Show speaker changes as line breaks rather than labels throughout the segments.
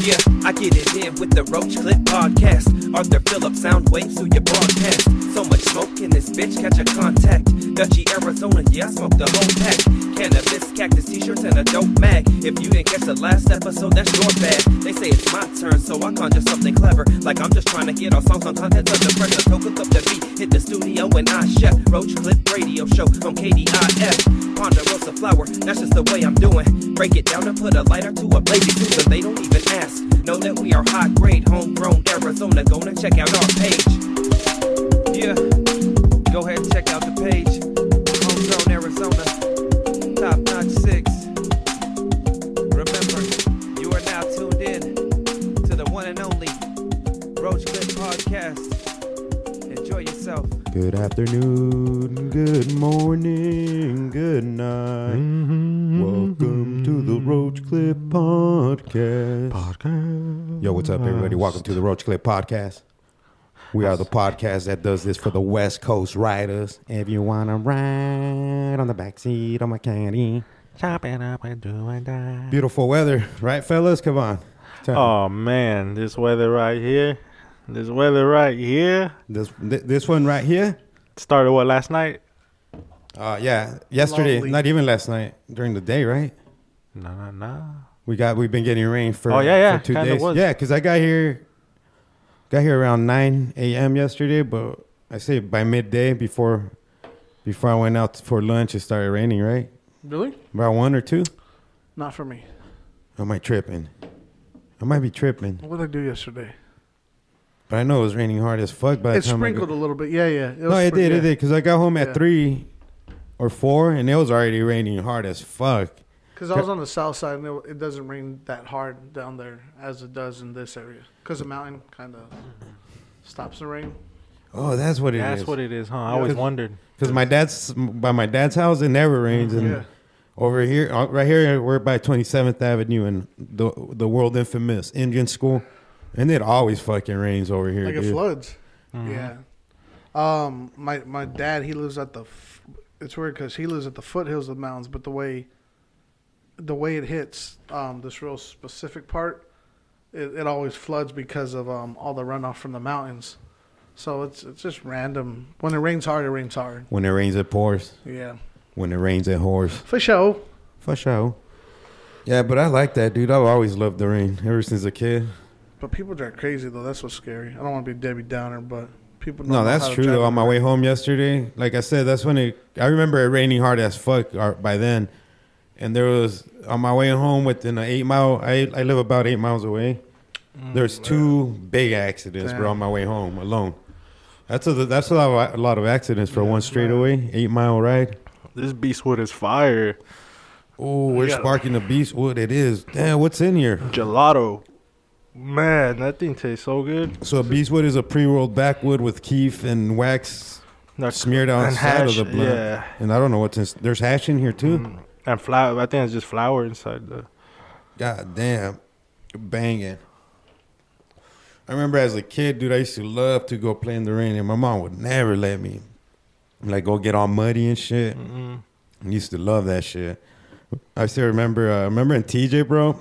Yeah, I get it in with the Roach Clip Podcast. Arthur Phillips, sound waves through your broadcast. So much smoke in this bitch, catch a contact. Dutchy, Arizona, yeah, I smoke the whole pack. Cannabis, cactus, t-shirts, and a dope mag. If you didn't catch the last episode, that's your bad. They say it's my turn, so I conjure something clever. Like I'm just trying to get our songs on content under pressure. So cook up the beat, hit the studio, and I chef. Roach Clip Radio Show on KDIF. Ponderosa flower, that's just the way I'm doing. Break it down and put a lighter to a blazing too, so they don't even ask. Know that we are high grade, homegrown Arizona. Go and check out our page. Yeah, go ahead and check out the page. Homegrown Arizona, top notch six. Remember, you are now tuned in to the one and only Roach Clip Podcast. Enjoy yourself.
Good afternoon, good morning, good night. Mm-hmm. Welcome to the Roach Clip Podcast. Yo, what's up, everybody? Welcome to the Roach Clip Podcast. We are the podcast that does this for the West Coast riders. If you want to ride on the backseat of my caddy.
Chop it up and do and die.
Beautiful weather, right, fellas? Come on. Turn-
Oh man, this weather right here, this weather right here
This, th- this one right here?
started what last night?
Uh, yeah, yesterday,
Lovely.
not even last night, during the day, right?
No, no, no.
We got we've been getting rain for
Oh, yeah, yeah,
for two
kinda
days
was.
yeah because I got here got here around nine a.m. yesterday but I say by midday before before I went out for lunch it started raining right
Really?
about one or two
Not for me.
am I tripping I might be tripping
What did I do yesterday?
but I know it was raining hard as fuck by the
It
time I
sprinkled a
got,
little bit. Yeah, yeah. It
no
was
it
sprin-
did it
yeah.
did because I got home at
Yeah.
three or four and it was already raining hard as fuck
Because I was on the south side, and it, it doesn't rain that hard down there as it does in this area. Because the mountain kind of stops the rain.
oh that's what it is.
That's what it is, huh? I always
Yeah.
wondered.
Because my dad's by my dad's house, it never rains, and
Yeah.
over here, uh, right here, we're by Twenty Seventh Avenue and the the world infamous Indian School, and it always fucking rains over here. Uh-huh.
Like it
dude.
floods. Yeah. Um, my my dad, he lives at the. F- it's weird because he lives at the foothills of the mountains, but the way, the way it hits um, this real specific part, it, it always floods because of um, all the runoff from the mountains. So it's it's just random. When it rains hard, it rains hard.
When it rains, it pours.
Yeah,
When it rains, it pours.
for sure.
For sure. Yeah, but I like that, dude. I've always loved the rain ever since a kid.
But people drive crazy though. That's what's scary. I don't want to be Debbie Downer, but people. Don't
No,
know
that's
how to
true.
drive
Though
in
on my
the
way home yesterday, like I said, that's when it. I remember it raining hard as fuck or- by then, and there was on my way home within an eight mile. I I live about eight miles away.
Mm,
There's two big accidents, bro,
Damn.
on my way home alone. That's a that's a lot of, a lot of accidents for one straightaway, eight mile ride.
This beastwood is fire.
Oh, we're
got-
sparking the beast. What it is? Damn, what's in here?
Gelato. Man, that thing tastes so good.
So a beastwood is a pre-rolled backwood with keef and wax
That's
smeared
and
outside of
hash,
the blunt.
Yeah. Mm.
And I don't know what's in. There's hash in here too.
And flour. I think it's just flour inside the.
God damn, banging. I remember as a kid, dude, I used to love to go play in the rain, and my mom would never let me, like, go get all muddy and shit. I used to love that shit. I still remember. Uh, remember in TJ, bro.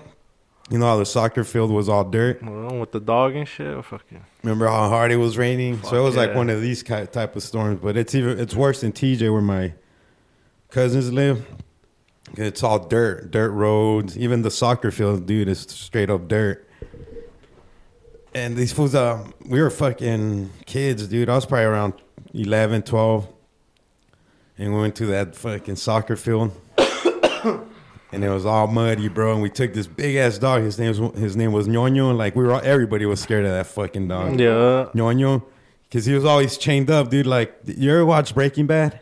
You know how the soccer field was all dirt.
Well, with the dog and shit. Oh, Fucking.
Remember how hard it was raining. so it was like
yeah.
one of these ki- type of storms. But it's even it's worse than TJ where my cousins live. 'Cause It's all dirt, dirt roads. Even the soccer field, dude, is straight up dirt. And these fools, uh, we were fucking kids, dude. I was probably around 11, 12. And we went to that fucking soccer field. and it was all muddy, bro. And we took this big ass dog. His name was, his name was Ñoño. And like, we were all, everybody was scared of that fucking dog.
Yeah.
Ñoño. Because he was always chained up, dude. Like, you ever watch Breaking Bad?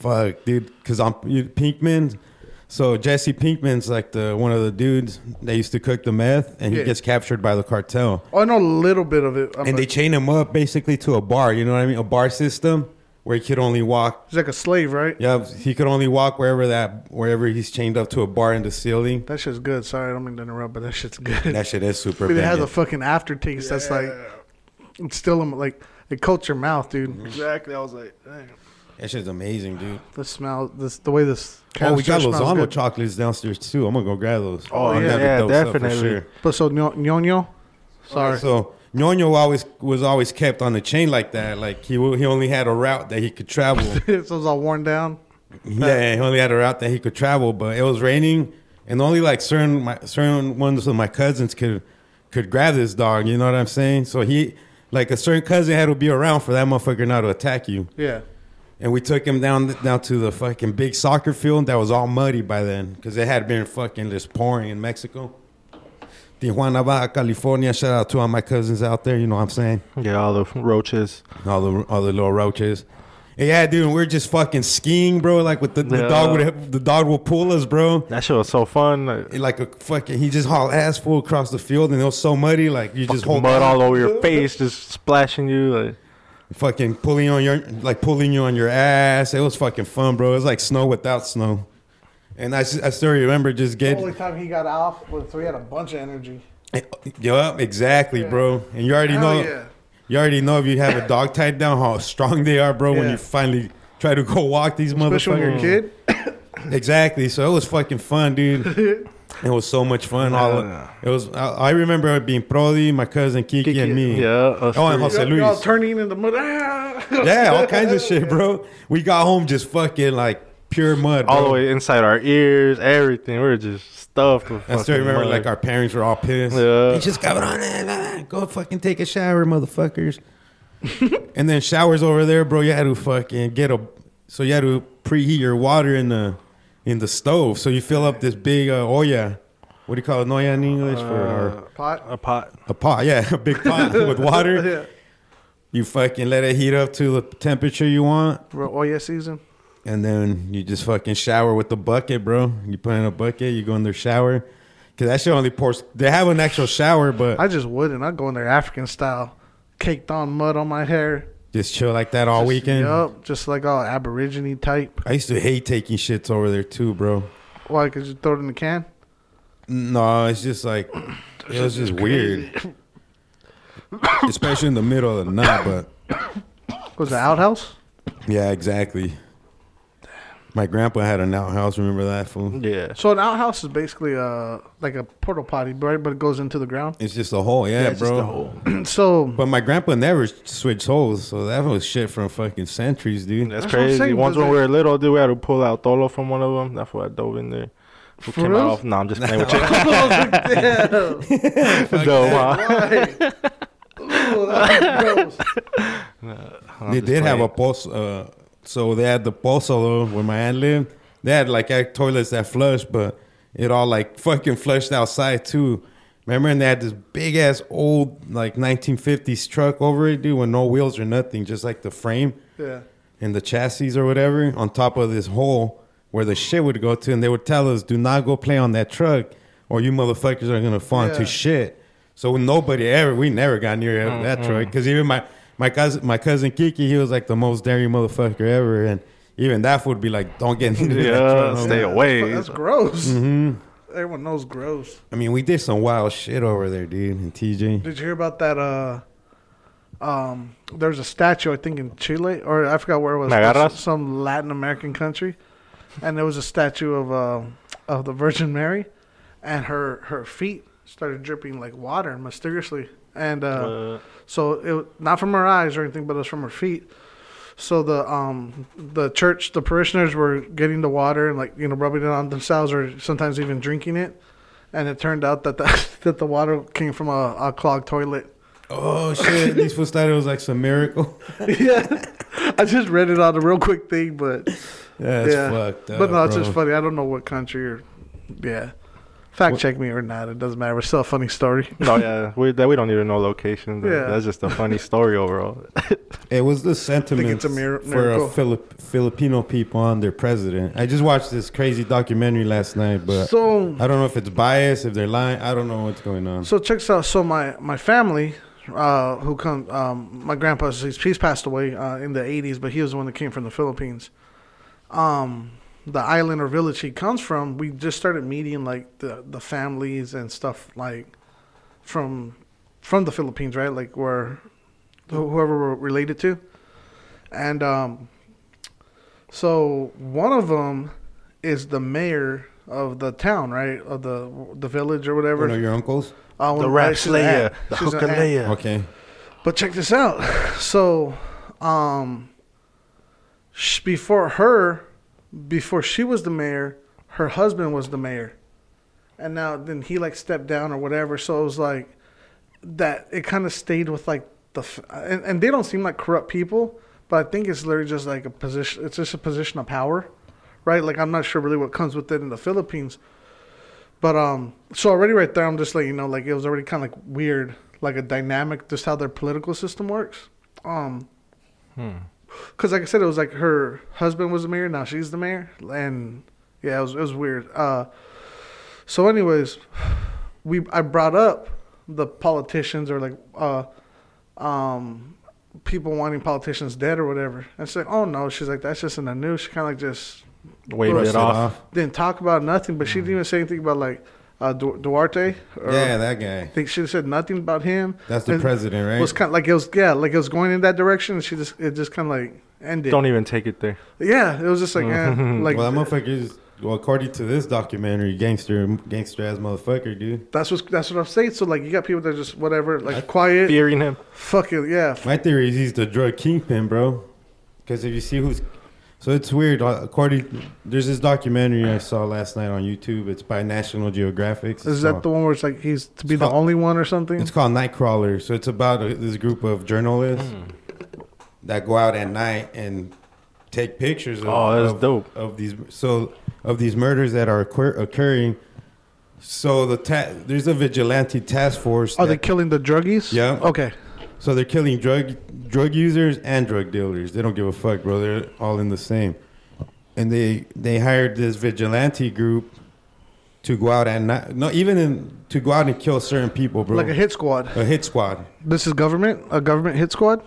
Fuck, dude. Because I'm you, Pinkman. So Jesse Pinkman's like the one of the dudes that used to cook the meth, and he
Yeah.
gets captured by the cartel.
rain. Oh, I know a little bit of it. I'm
And they
like,
chain him up basically to a bar. You know what I mean? A bar system where he could only walk.
he's like a slave, right?
Yeah, he could only walk wherever that wherever he's chained up to a bar in the ceiling.
That shit's good. Sorry, I don't mean to interrupt, but that shit's good.
That shit is super.
But it has
banging.
a fucking aftertaste that's like it's still in- like it coats your mouth, dude.
Mm-hmm.
Exactly. I was like, dang.
That shit's amazing, dude.
The smell, this the way this.
Oh, we got
canister smells
Lozano
good.
chocolates downstairs too. I'm gonna go grab those.
Oh,
That'd
yeah,
be
yeah,
dope stuff for
definitely.
sure.
But so Nyo- Nyonyo, sorry.
Oh, So Ñoño always was always kept on the chain like that. Like he w- he only had a route that he could travel.
it was all worn down.
yeah, he only had a route that he could travel. But it was raining, and only like certain my, certain ones of my cousins could could grab this dog. You know what I'm saying? So he like a certain cousin had to be around for that motherfucker not to attack you.
Yeah.
And we took him down down to the fucking big soccer field that was all muddy by then because it had been fucking just pouring in Mexico. Tijuana, Baja California. Shout out to all my cousins out there. You know what I'm saying?
Yeah, all the roaches.
All the all the little roaches. And yeah, dude, we we're just fucking skiing, bro. Like with the, the dog
Yeah.
would the dog will pull us, bro.
That shit was so fun. Like,
It Like a fucking, he just hauled ass full across the field, and it was so muddy, like you just hold
mud
on.
all over your face, just splashing you. Like,
fucking pulling on your like pulling you on your ass. It was fucking fun, bro. It was like snow without snow. And I, s- I still remember just
The
getting
only time he got off was so he had a bunch of energy.
Yup, exactly, bro. And you already
Hell
know
yeah.
you already know if you have a dog tied down how strong they are, bro, when
Yeah.
you finally try to go walk these
Especially when you're a
motherfuckers.
kid.
Exactly. So it was fucking fun, dude. it was so much fun. All
Yeah.
it was I, I remember it being Prodi, my cousin Kiki, and me.
Yeah. us
Oh, and
three.
Jose
Y'all- y'all
Luis.
turning in the mud. Ah!
Yeah, all kinds of shit, bro. We got home just fucking like pure mud.
all
bro.
the way inside our ears, everything. We were just stuffed with
I still
fucking
remember
mud.
like our parents were all pissed.
Yeah.
They just got on it. Go fucking take a shower, motherfuckers. and then showers over there, bro. You had to fucking get a so you had to preheat your water in the in the stove. So you fill up this big uh, olla. What do you call it? Noya in English for
Uh.
or
Pot.
a pot.
a pot. Yeah, a big pot with water.
Yeah.
You fucking let it heat up to the temperature you want.
Bro, oh yeah, season.
And then you just fucking shower with the bucket, bro. You put in a bucket, you go in their shower. Cause that shit only pours. They have an actual shower, but
I just wouldn't. I'd go in there African style, caked on mud on my hair.
Just chill like that all weekend.
Yup, just like all Aborigine type.
I used to hate taking shits over there too, bro.
Why? Cause you throw it in the can.
No, it's just like it was just weird. Especially in the middle of the night, but
Was it outhouse?
yeah, exactly. My grandpa had an outhouse, remember that fool?
Yeah.
So an outhouse is basically uh like a portal potty, right? But it goes into the ground.
It's just a hole, yeah,
it's
bro.
just a hole.
so
But my grandpa never switched holes, so that was shit from fucking centuries, dude.
That's,
That's what I'm
crazy.
saying,
Once
does
when
it-
we were little, dude, we had to pull out Tolo from one of them. That's why I dove in there. Who came
real?
out off? No, I'm just playing with you.
Damn.
No, ma.
Right. Ooh, that's gross.
I'm
they
just
did have a
playing.
pulse. Uh, so they had the pozole where my aunt lived. They had like act- toilets that flush, but it all like fucking flushed outside too. Remember, and they had this big ass old like 1950s truck over it, dude, with no wheels or nothing, just like the frame
Yeah.
and the chassis or whatever on top of this hole where the shit would go to. And they would tell us, do not go play on that truck or you motherfuckers are going to fall
Yeah. Mm,
into shit. So nobody ever, we never got near that truck. Because even my, my, cousin, my cousin Kiki, he was like the most daring motherfucker ever. And even that would be like, don't get near that
Yeah,
truck. no
stay
more."
away.
That's gross. Everyone knows gross.
I mean, we did some wild shit over there, dude, and TJ.
Did you hear about that? Uh, um, there's a statue I think in Chile or I forgot where it was.
¿Me agarras?
Some- Some Latin American country, and there was a statue of uh, of the Virgin Mary, and her her feet started dripping like water mysteriously, and uh,
Uh,
so it wa- not from her eyes or anything, but it was from her feet. So the um the church the parishioners were getting the water and like you know rubbing it on themselves or sometimes even drinking it, and it turned out that the that the water came from a, a clogged toilet.
Oh, shit. These fools thought it was like some miracle.
yeah, I just read it on a real quick thing, but
Yeah, it's
yeah,
fucked up.
but no, it's
bro.
just funny. I don't know what country or yeah, fact check me or not. It doesn't matter. It's still a funny story.
no, yeah, we that we don't even know locations.
Yeah.
That's just a funny story overall.
It was the sentiment
it's a mir-
for
miracle.
a Filip- Filipino people on their president. I just watched this crazy documentary last night, but
So
I don't know if it's biased, if they're lying. I don't know what's going on.
So check this out. So my my family, uh, who come, um, my grandpa, he's, he's passed away uh, in the '80s, but he was the one that came from the Philippines. Um, the island or village he comes from, we just started meeting like the the families and stuff like from from the Philippines, right? Like where wh- whoever we're related to, and um, So one of them is the mayor of the town, right, of the the village or whatever.
One of your uncles?
Uh, one
The
of-
rap
she's an aunt.
slayer, the
She's an
hooker
aunt.
layer.
Okay.
But check this out. So, um, sh- before her, before she was the mayor, her husband was the mayor, and now then he like stepped down or whatever. So it was like that. It kind of stayed with like the f- and, and they don't seem like corrupt people, but I think it's literally just like a position. It's just a position of power, right? Like I'm not sure really what comes with it in the Philippines, but um, so already right there, I'm just letting you know, like it was already kind of like weird, like a dynamic, just how their political system works. Um, because like I said, it was like her husband was the mayor, now she's the mayor, and yeah, it was it was weird. Uh, so anyways, we I brought up the politicians or like uh, um, people wanting politicians dead or whatever, and she's like, oh no, she's like that's just in the news. She kind of like just
Waved
Brush
it
it
off.
didn't talk about nothing, but she didn't even say anything about like uh, Du- Duarte. Or,
Mm. Yeah, that guy.
I think she said nothing about him.
That's the
And
president, right?
Was kind of like it was yeah, like it was going in that direction. And she just it just kind of like ended.
Don't even take it there.
yeah, it was just like eh, like
well, that motherfucker is, well, according to this documentary, gangster, gangster ass motherfucker, dude.
that's what that's what I'm saying. So like you got people that are just whatever like quiet,
Fearing him.
fucking yeah, f-
My theory is he's the drug kingpin, bro. Because if you see who's, so it's weird. uh, According, there's this documentary I saw last night on YouTube. It's by National Geographic. It's
is that
called-
the one where it's like he's to be
It's
the
called-
only one or something?
It's called Nightcrawler. So it's about a, this group of journalists
Hmm.
that go out at night and take pictures. Of,
Oh, that's
of-
dope.
Of these, so of these murders that are occur- occurring. So the ta- there's a vigilante task force.
Are they
that-
killing the druggies?
Yeah.
Okay.
so they're killing drug drug users and drug dealers. They don't give a fuck, bro. They're all in the same. And they they hired this vigilante group to go out and not, no even in, to go out and kill certain people, bro.
Like a hit squad.
a hit squad.
This is government, a government hit squad.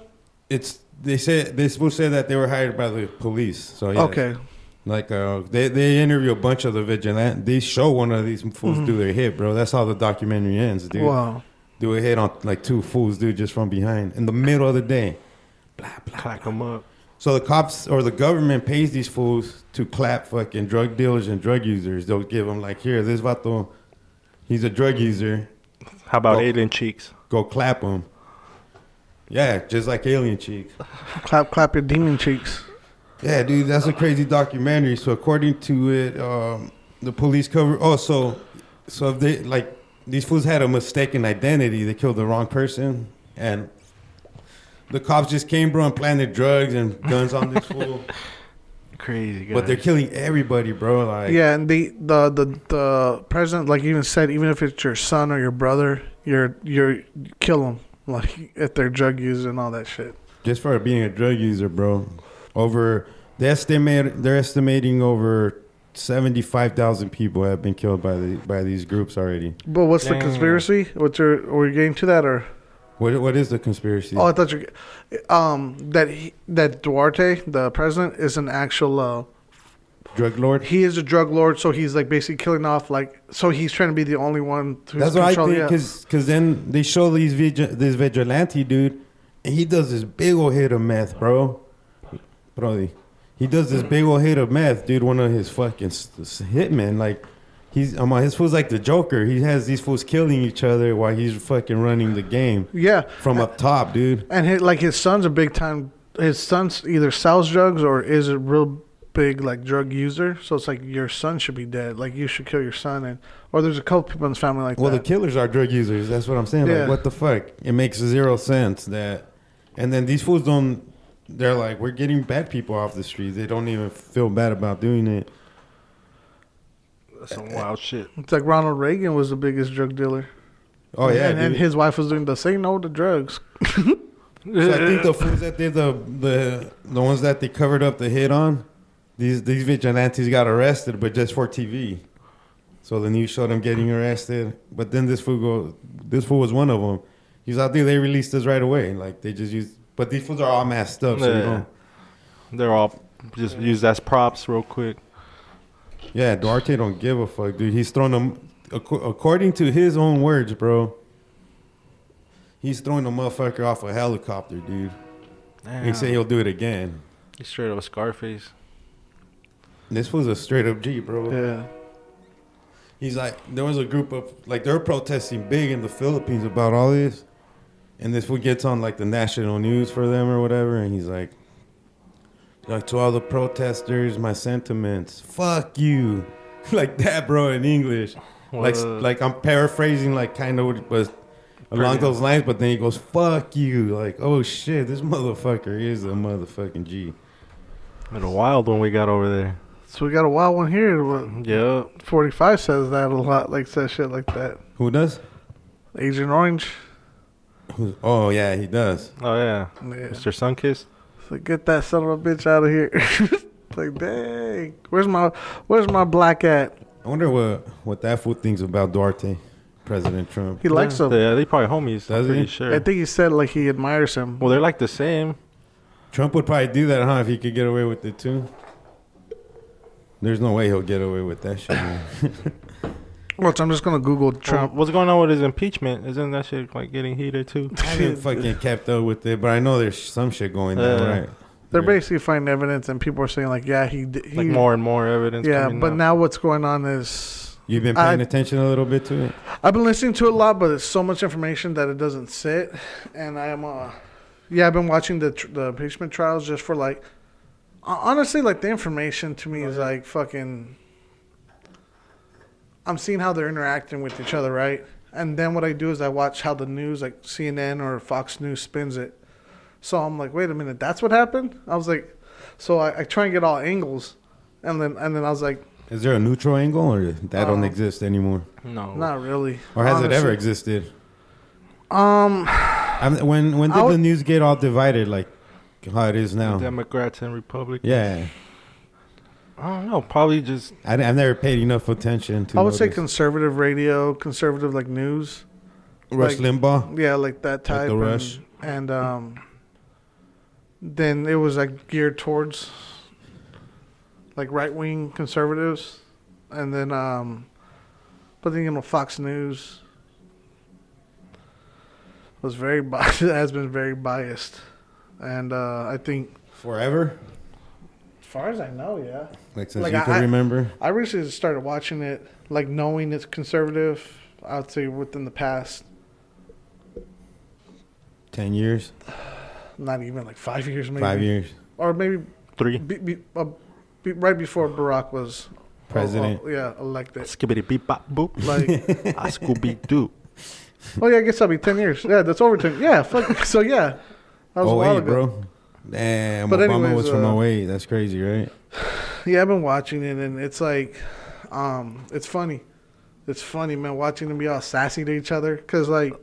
it's they said they supposed to say that they were hired by the police. So yeah.
Okay.
like uh, they they interview a bunch of the vigilant. They show one of these fools do their hit, bro. That's how the documentary ends, dude.
Mm-hmm. Wow.
Do a hit on like two fools, dude, just from behind in the middle of the day.
Clack him up.
So the cops or the government pays these fools to clap fucking drug dealers and drug users. They'll give them like, here, this vato, he's a drug user.
How about
Well-
alien cheeks?
Go clap him. Yeah, just like alien cheeks.
Clap, clap your demon cheeks.
Yeah, dude, that's a crazy documentary. So according to it, um, the police cover. Oh, so so if they like these fools had a mistaken identity, they killed the wrong person, and the cops just came, bro, and planted drugs and guns on this fool.
Crazy guy.
But they're killing everybody, bro. Like,
Yeah, and the, the the the president like even said even if it's your son or your brother, you're you're kill them like if they're drug users and all that shit.
just for being a drug user, bro. Over they estimate they're estimating over seventy five thousand people have been killed by the by these groups already.
But what's
Dang.
the conspiracy? What's your were you getting to that or?
What what is the conspiracy?
Oh, I thought you, um, that he, that Duarte, the president, is an actual uh,
Drug lord.
he is a drug lord, so he's like basically killing off like so he's trying to be the only one. Who's
That's what I think,
controlling- yeah.
because then they show these vigi- this vigilante dude, and he does this big old hit of meth, bro. Brody, he does this big old hit of meth, dude. One of his fucking s- s- hitmen, like he's, I'm like, his fool's like the Joker. He has these fools killing each other while he's fucking running the game
yeah,
from up top, dude.
And his, like his son's a big time. His son's either sells drugs or is a real big like drug user. So it's like your son should be dead. Like you should kill your son. And or there's a couple people in his family like
Well, the
that.
killers are drug users. That's what I'm saying.
Yeah.
Like, what the fuck? It makes zero sense that. And then these fools don't. They're like, we're getting bad people off the streets. They don't even feel bad about doing it.
That's some wild shit.
it's like Ronald Reagan was the biggest drug dealer.
Oh yeah,
and,
dude.
and his wife was doing the say no to drugs.
So I think the fools that did the the the ones that they covered up the hit on, these these vigilantes got arrested, but just for TV. So the news showed them getting arrested, but then this fool go, this fool was one of them. He's out there. They released this right away. Like they just used, but these fools are all masked up. So yeah,
Yeah. They're all just used as props real quick.
yeah Duarte don't give a fuck, dude. He's throwing them ac- according to his own words, bro. He's throwing the motherfucker off a helicopter, dude. He said he'll do it again.
He's straight up Scarface.
This was a straight up G, bro.
Yeah.
He's like, there was a group of like they're protesting big in the Philippines about all this, and this fool gets on like the national news for them or whatever, and he's like, like to all the protesters, my sentiments, fuck you, like that, bro, in English, like
What?
like I'm paraphrasing like kind of what it was along
Pretty-
those lines, but then he goes, fuck you, like oh shit, this motherfucker is a motherfucking G.
Been a wild one we got over there.
So we got a wild one here. What-
Yep.
45 says that a lot, like says shit like that.
Who does?
Agent Orange.
Who's, oh yeah, he does.
Oh yeah.
Yeah.
Mr. Sunkiss.
So get that son of a bitch out of here. like, dang, where's my where's my black at?
I wonder what what that fool thinks about Duarte, President Trump.
He likes him.
Yeah, they probably homies.
Does
I'm
he?
pretty
I
sure.
think he said like he admires him.
Well, they're like the same.
Trump would probably do that, huh? If he could get away with it too. There's no way he'll get away with that shit. man.
Which I'm just gonna Google
Trump.
Trump.
What's going on with his impeachment? Isn't that shit like getting heated too?
I haven't fucking kept up with it, but I know there's some shit going down,
Uh,
Yeah.
right?
They're
Yeah.
basically finding evidence, and people are saying like, yeah, he, d- he
Like more and more evidence.
yeah.
coming
But
out.
now what's going on is
You've been paying
I-
attention a little bit to it.
I've been listening to it a lot, but it's so much information that it doesn't sit. And I am, uh, yeah, I've been watching the tr- the impeachment trials just for like, hon- honestly, like the information to me
Oh,
is like fucking. I'm seeing how they're interacting with each other, right? And then what I do is I watch how the news, like CNN or Fox News, spins it. So I'm like, wait a minute, that's what happened. I was like, so I, I try and get all angles, and then and then I was like,
Is there a neutral angle, or that
Um,
don't exist anymore,
no.
not really.
Oh. or has it ever
Honestly.
existed?
Um.
I'm, when when
I
did
would-
the news get all divided like how it is now?
Democrats and Republicans.
Yeah,
I don't know. Probably just
I, have never paid enough attention to.
I would say
notice.
conservative radio, conservative like news.
Rush Limbaugh.
Yeah, like that
Like
type.
The Rush.
And, and um, then it was like geared towards like right wing conservatives, and then um, but then you know Fox News was very biased. has been very biased, and uh, I think
Forever?
as far as I know, yeah.
Like since
Like,
you
I-
can
I-
remember?
I recently started watching it, like knowing it's conservative. I'd say within the past
Ten years?
not even like five years, maybe
Five years.
or maybe
three.
be, be, uh, be, right before Barack was
President.
oh, oh, yeah, elected.
Skibbity beep bop boop.
Like,
I Scooby Doo.
oh yeah, I guess that'll be ten years. Yeah, that's over ten. Yeah, fuck. So yeah, that was a
Oh
while
wait,
ago.
bro. Damn,
But
Obama
anyways,
was from
uh,
08. That's crazy, right?
Yeah, I've been watching it, and it's like, um, it's funny. It's funny, man, watching them be all sassy to each other. Cause like,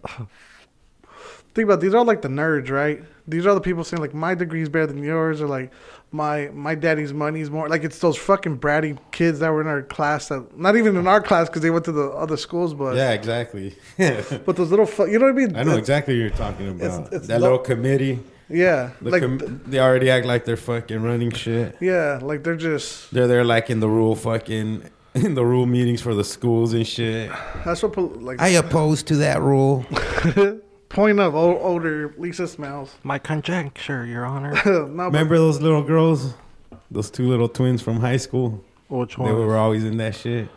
think about it, these are like the nerds, right? These are the people saying like, my degree's better than yours, or like, my my daddy's money's more. Like, it's those fucking bratty kids that were in our class that, not even in our class, cause they went to the other schools, but
Yeah, exactly.
but those little, fu- you know what I mean?
I know
It's-
exactly what you're talking about.
it's
that
lo-
little committee.
Yeah,
The
like,
com-
th-
they already act like they're fucking running shit.
yeah, like they're just.
They're there like in the rule fucking in the rule meetings for the schools and shit.
That's what pol- like
I oppose to that rule.
point of old, older Lisa smells.
My conjecture, Your Honor.
no, but-
Remember those little girls? Those two little twins from high school?
Which
They
one?
were always in that shit.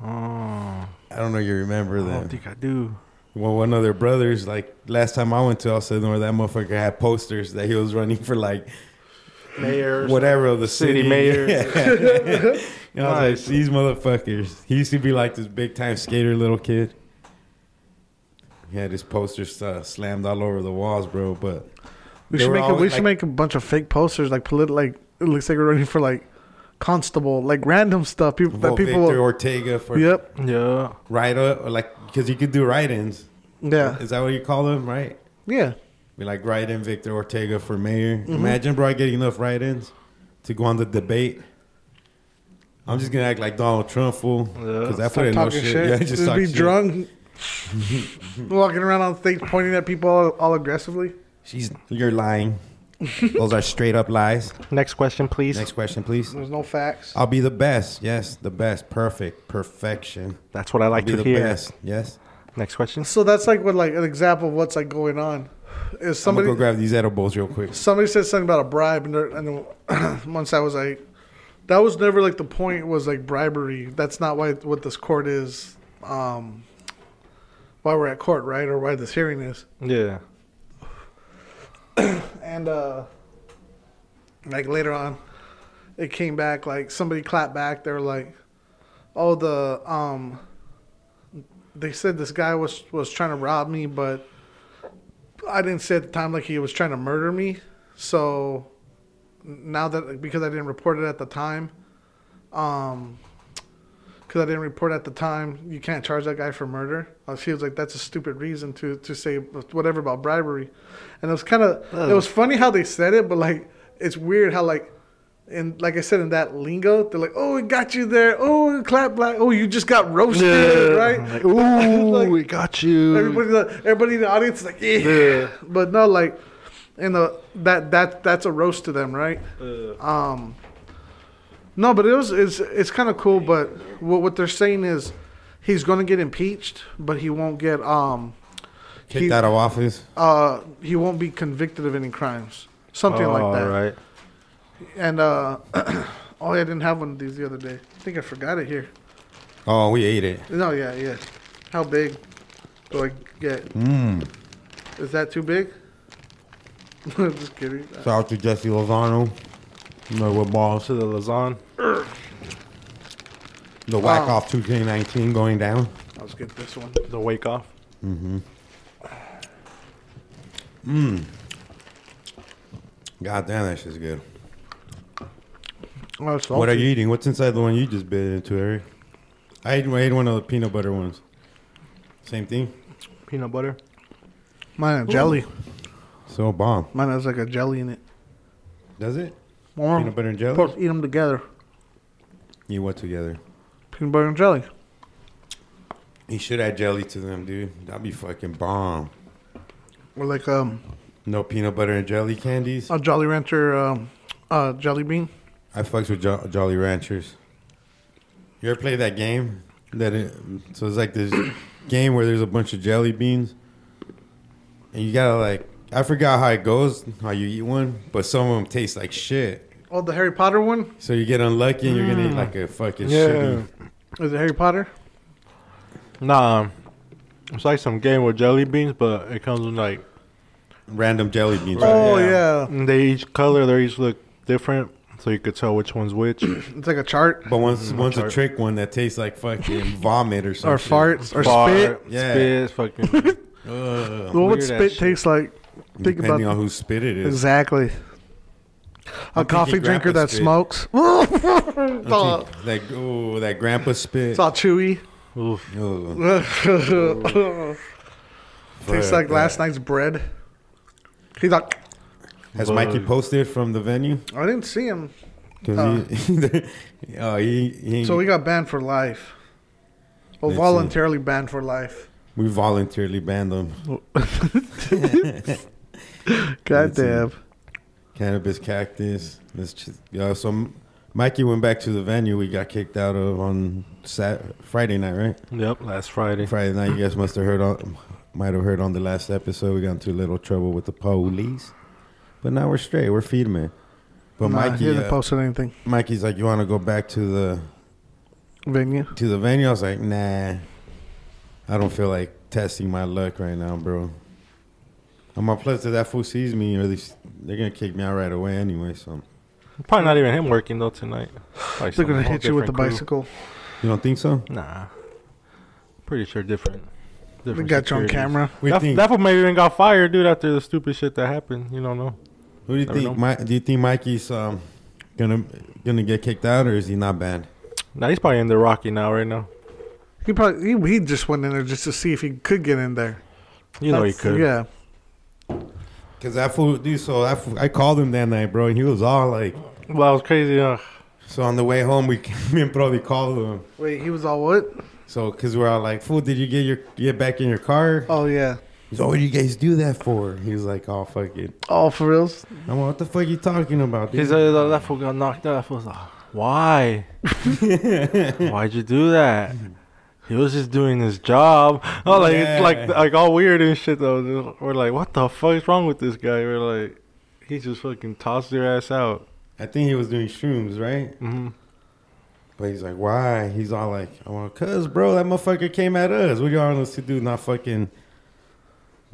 oh, I
I don't know you remember them.
don't think I do.
Well, one of their brothers, like last time I went to El Salvador, that motherfucker had posters that he was running for like
Mayor.
whatever of the
City
city,
mayor.
Yeah. And I was
Nice.
like, these motherfuckers. He used to be like this big time skater little kid. He had his posters uh, slammed all over the walls, bro. But
We
They
should
were
make a,
always,
we should
like-
make a bunch of fake posters like polit like it looks like we're running for like constable like random stuff people that
vote
people
Victor
will,
Ortega for
yep
Yeah.
write up, or like because you could do write-ins.
yeah
Is that what you call them, right?
yeah
Be like write-in Victor Ortega for mayor.
Mm-hmm.
Imagine, bro, I getting enough write-ins to go on the debate. I'm just gonna act like Donald Trump fool
Yeah.
because I put
Stop
in no shit. Yeah, just,
just
talk
be
shit.
drunk walking around on stage pointing at people all, all aggressively
She's you're lying. Those are straight up lies.
Next question, please.
Next question, please.
there's no facts
I'll be the best. Yes, the best. Perfect. Perfection.
That's what I
I'll
like
be
to
the
hear.
best. Yes.
Next question.
so that's like what like an example of what's like going on is somebody
I'm gonna go grab these edibles real quick.
somebody said something about a bribe, and, there, and then once I was like, that was never like the point was like bribery. That's not why what this court is. Um, why we're at court, right, or why this hearing is.
Yeah.
And uh, like later on, it came back like somebody clapped back. They were like, "Oh, the um." They said this guy was was trying to rob me, but I didn't say at the time like he was trying to murder me. So now that because I didn't report it at the time, um, because I didn't report at the time, you can't charge that guy for murder. Uh, She was like, "That's a stupid reason to to say whatever about bribery," and it was kind of it was funny how they said it, but like it's weird how like. And like I said, in that lingo, they're like, "Oh, it got you there. Oh, clap black. Oh, you just got roasted, right?
Like, Ooh,
Like-
we got you.
Everybody, everybody in the audience is like, yeah.
Yeah.
But no, like, in the that that that's a roast to them, right?
Uh,
Um, no, but it was it's it's kind of cool. But what what they're saying is, he's gonna get impeached, but he won't get um,
Kicked
he,
out of office.
uh, he won't be convicted of any crimes, something
all
like that.
Oh, right.
And uh, oh, yeah, I didn't have one of these the other day. I think I forgot it here.
Oh, we ate it.
No, yeah, yeah. How big do I get?
Mm.
Is that too big? I'm just kidding.
Shout out to Jesse Lozano,
No, we're balls to the lasagna.
the whack off 2K19 going down.
Let's get this one.
The wake off.
God damn, that shit's good.
Oh, it's
What are
salty.
you eating? What's inside the one you just bit into, Eric? I ate, I ate one of the peanut butter ones. Same thing.
Peanut butter.
Mine has jelly.
So bomb.
Mine has like a jelly in it.
Does it?
Or
Peanut butter and jelly?
Supposed to eat them together.
You what together?
Peanut butter and jelly.
He should add jelly to them, dude. That'd be fucking bomb.
Or like um,
No peanut butter and jelly candies.
a Jolly Rancher um, uh, jelly bean.
I fucks with jo- Jolly Ranchers. You ever play that game? That it, so it's like this game where there's a bunch of jelly beans, and you gotta like I forgot how it goes, how you eat one, but some of them taste like shit.
Oh, the Harry Potter one?
So you get unlucky and you're gonna eat like a fucking
Yeah.
shitty.
Is it Harry Potter?
Nah, it's like some game with jelly beans, but it comes in like
random jelly beans.
Oh, yeah.
and they each color, they each look different, so you could tell which one's which.
It's like a chart.
But one's one's a
sorry.
trick one that tastes like fucking vomit or something.
Or farts. Or spit.
Fart,
Yeah.
spit, fucking.
Ugh.
What would
Weird ass
spit
shit.
taste like? Think
Depending
about
on who spit it is.
Exactly. A
I'm thinking
coffee drinker
grandpa
that
spit.
smokes. it's,
I
all,
think That ooh, that grandpa spit.
it's all chewy.
Oof.
Ugh.
Tastes
Fuck
like
that.
last night's bread. He's like,
Has
But-
Mikey posted from the venue?
I didn't see him.
'Cause he, uh, he, he-
So we got banned for life. Well,
That's it.
voluntarily banned for life.
we voluntarily banned him.
Goddamn.
Cannabis cactus. That's just, yeah, so M- Mikey went back to the venue. We got kicked out of on Sat Friday night, right?
Yep, last Friday.
Friday night. You guys must have heard on, might have heard on the last episode. We got into a little trouble with the police, but now we're straight. We're feeding man. But
Nah, he
Mikey,
hasn't
uh,
posted anything.
Mikey's like, you want to go back to the
Venue.
to the venue. I was like, nah, I don't feel like testing my luck right now, bro. I'm gonna plus if that fool sees me, or they they're gonna kick me out right away anyway. So
Probably not even him working though tonight. Probably
They're
some
gonna
whole
hit you with the
different crew.
bicycle.
you don't think so?
Nah, pretty sure different.
They
different
got you on
securities.
camera.
We
that,
think.
that fool maybe even got fired, dude, after the stupid shit that happened. You don't know.
who do you
never
think?
know.
Mi- do you think Mikey's um gonna gonna get kicked out, or is he not banned?
Nah, he's probably in the Rocky now, right now.
He probably he, he just went in there just to see if he could get in there.
You know he
That's-
could.
Yeah.
Cause that fool, dude. So that fool, I called him that night, bro, and he was all like.
Well, it was crazy. Uh,
So on the way home, we me and Brody called him.
Wait, he was all what?
So, cause we're all like, "Fool, did you get your get back in your car?"
Oh yeah.
He's, "Oh, what do you guys do that for?" He was like, "Oh, fuck it."
All for reals.
I'm like, what the fuck you talking about? Dude?
He's uh, that fool got knocked out. That fool's like, why? Why'd you do that? He was just doing his job. Oh, like it's like
Yeah.
like all weird and shit though. We're like, what the fuck is wrong with this guy? We're like, he just fucking tossed their ass out.
I think he was doing shrooms, right?
hmm
But he's like, why? He's all like, I want, cuz, bro, that motherfucker came at us. What do y'all want us to do? Not fucking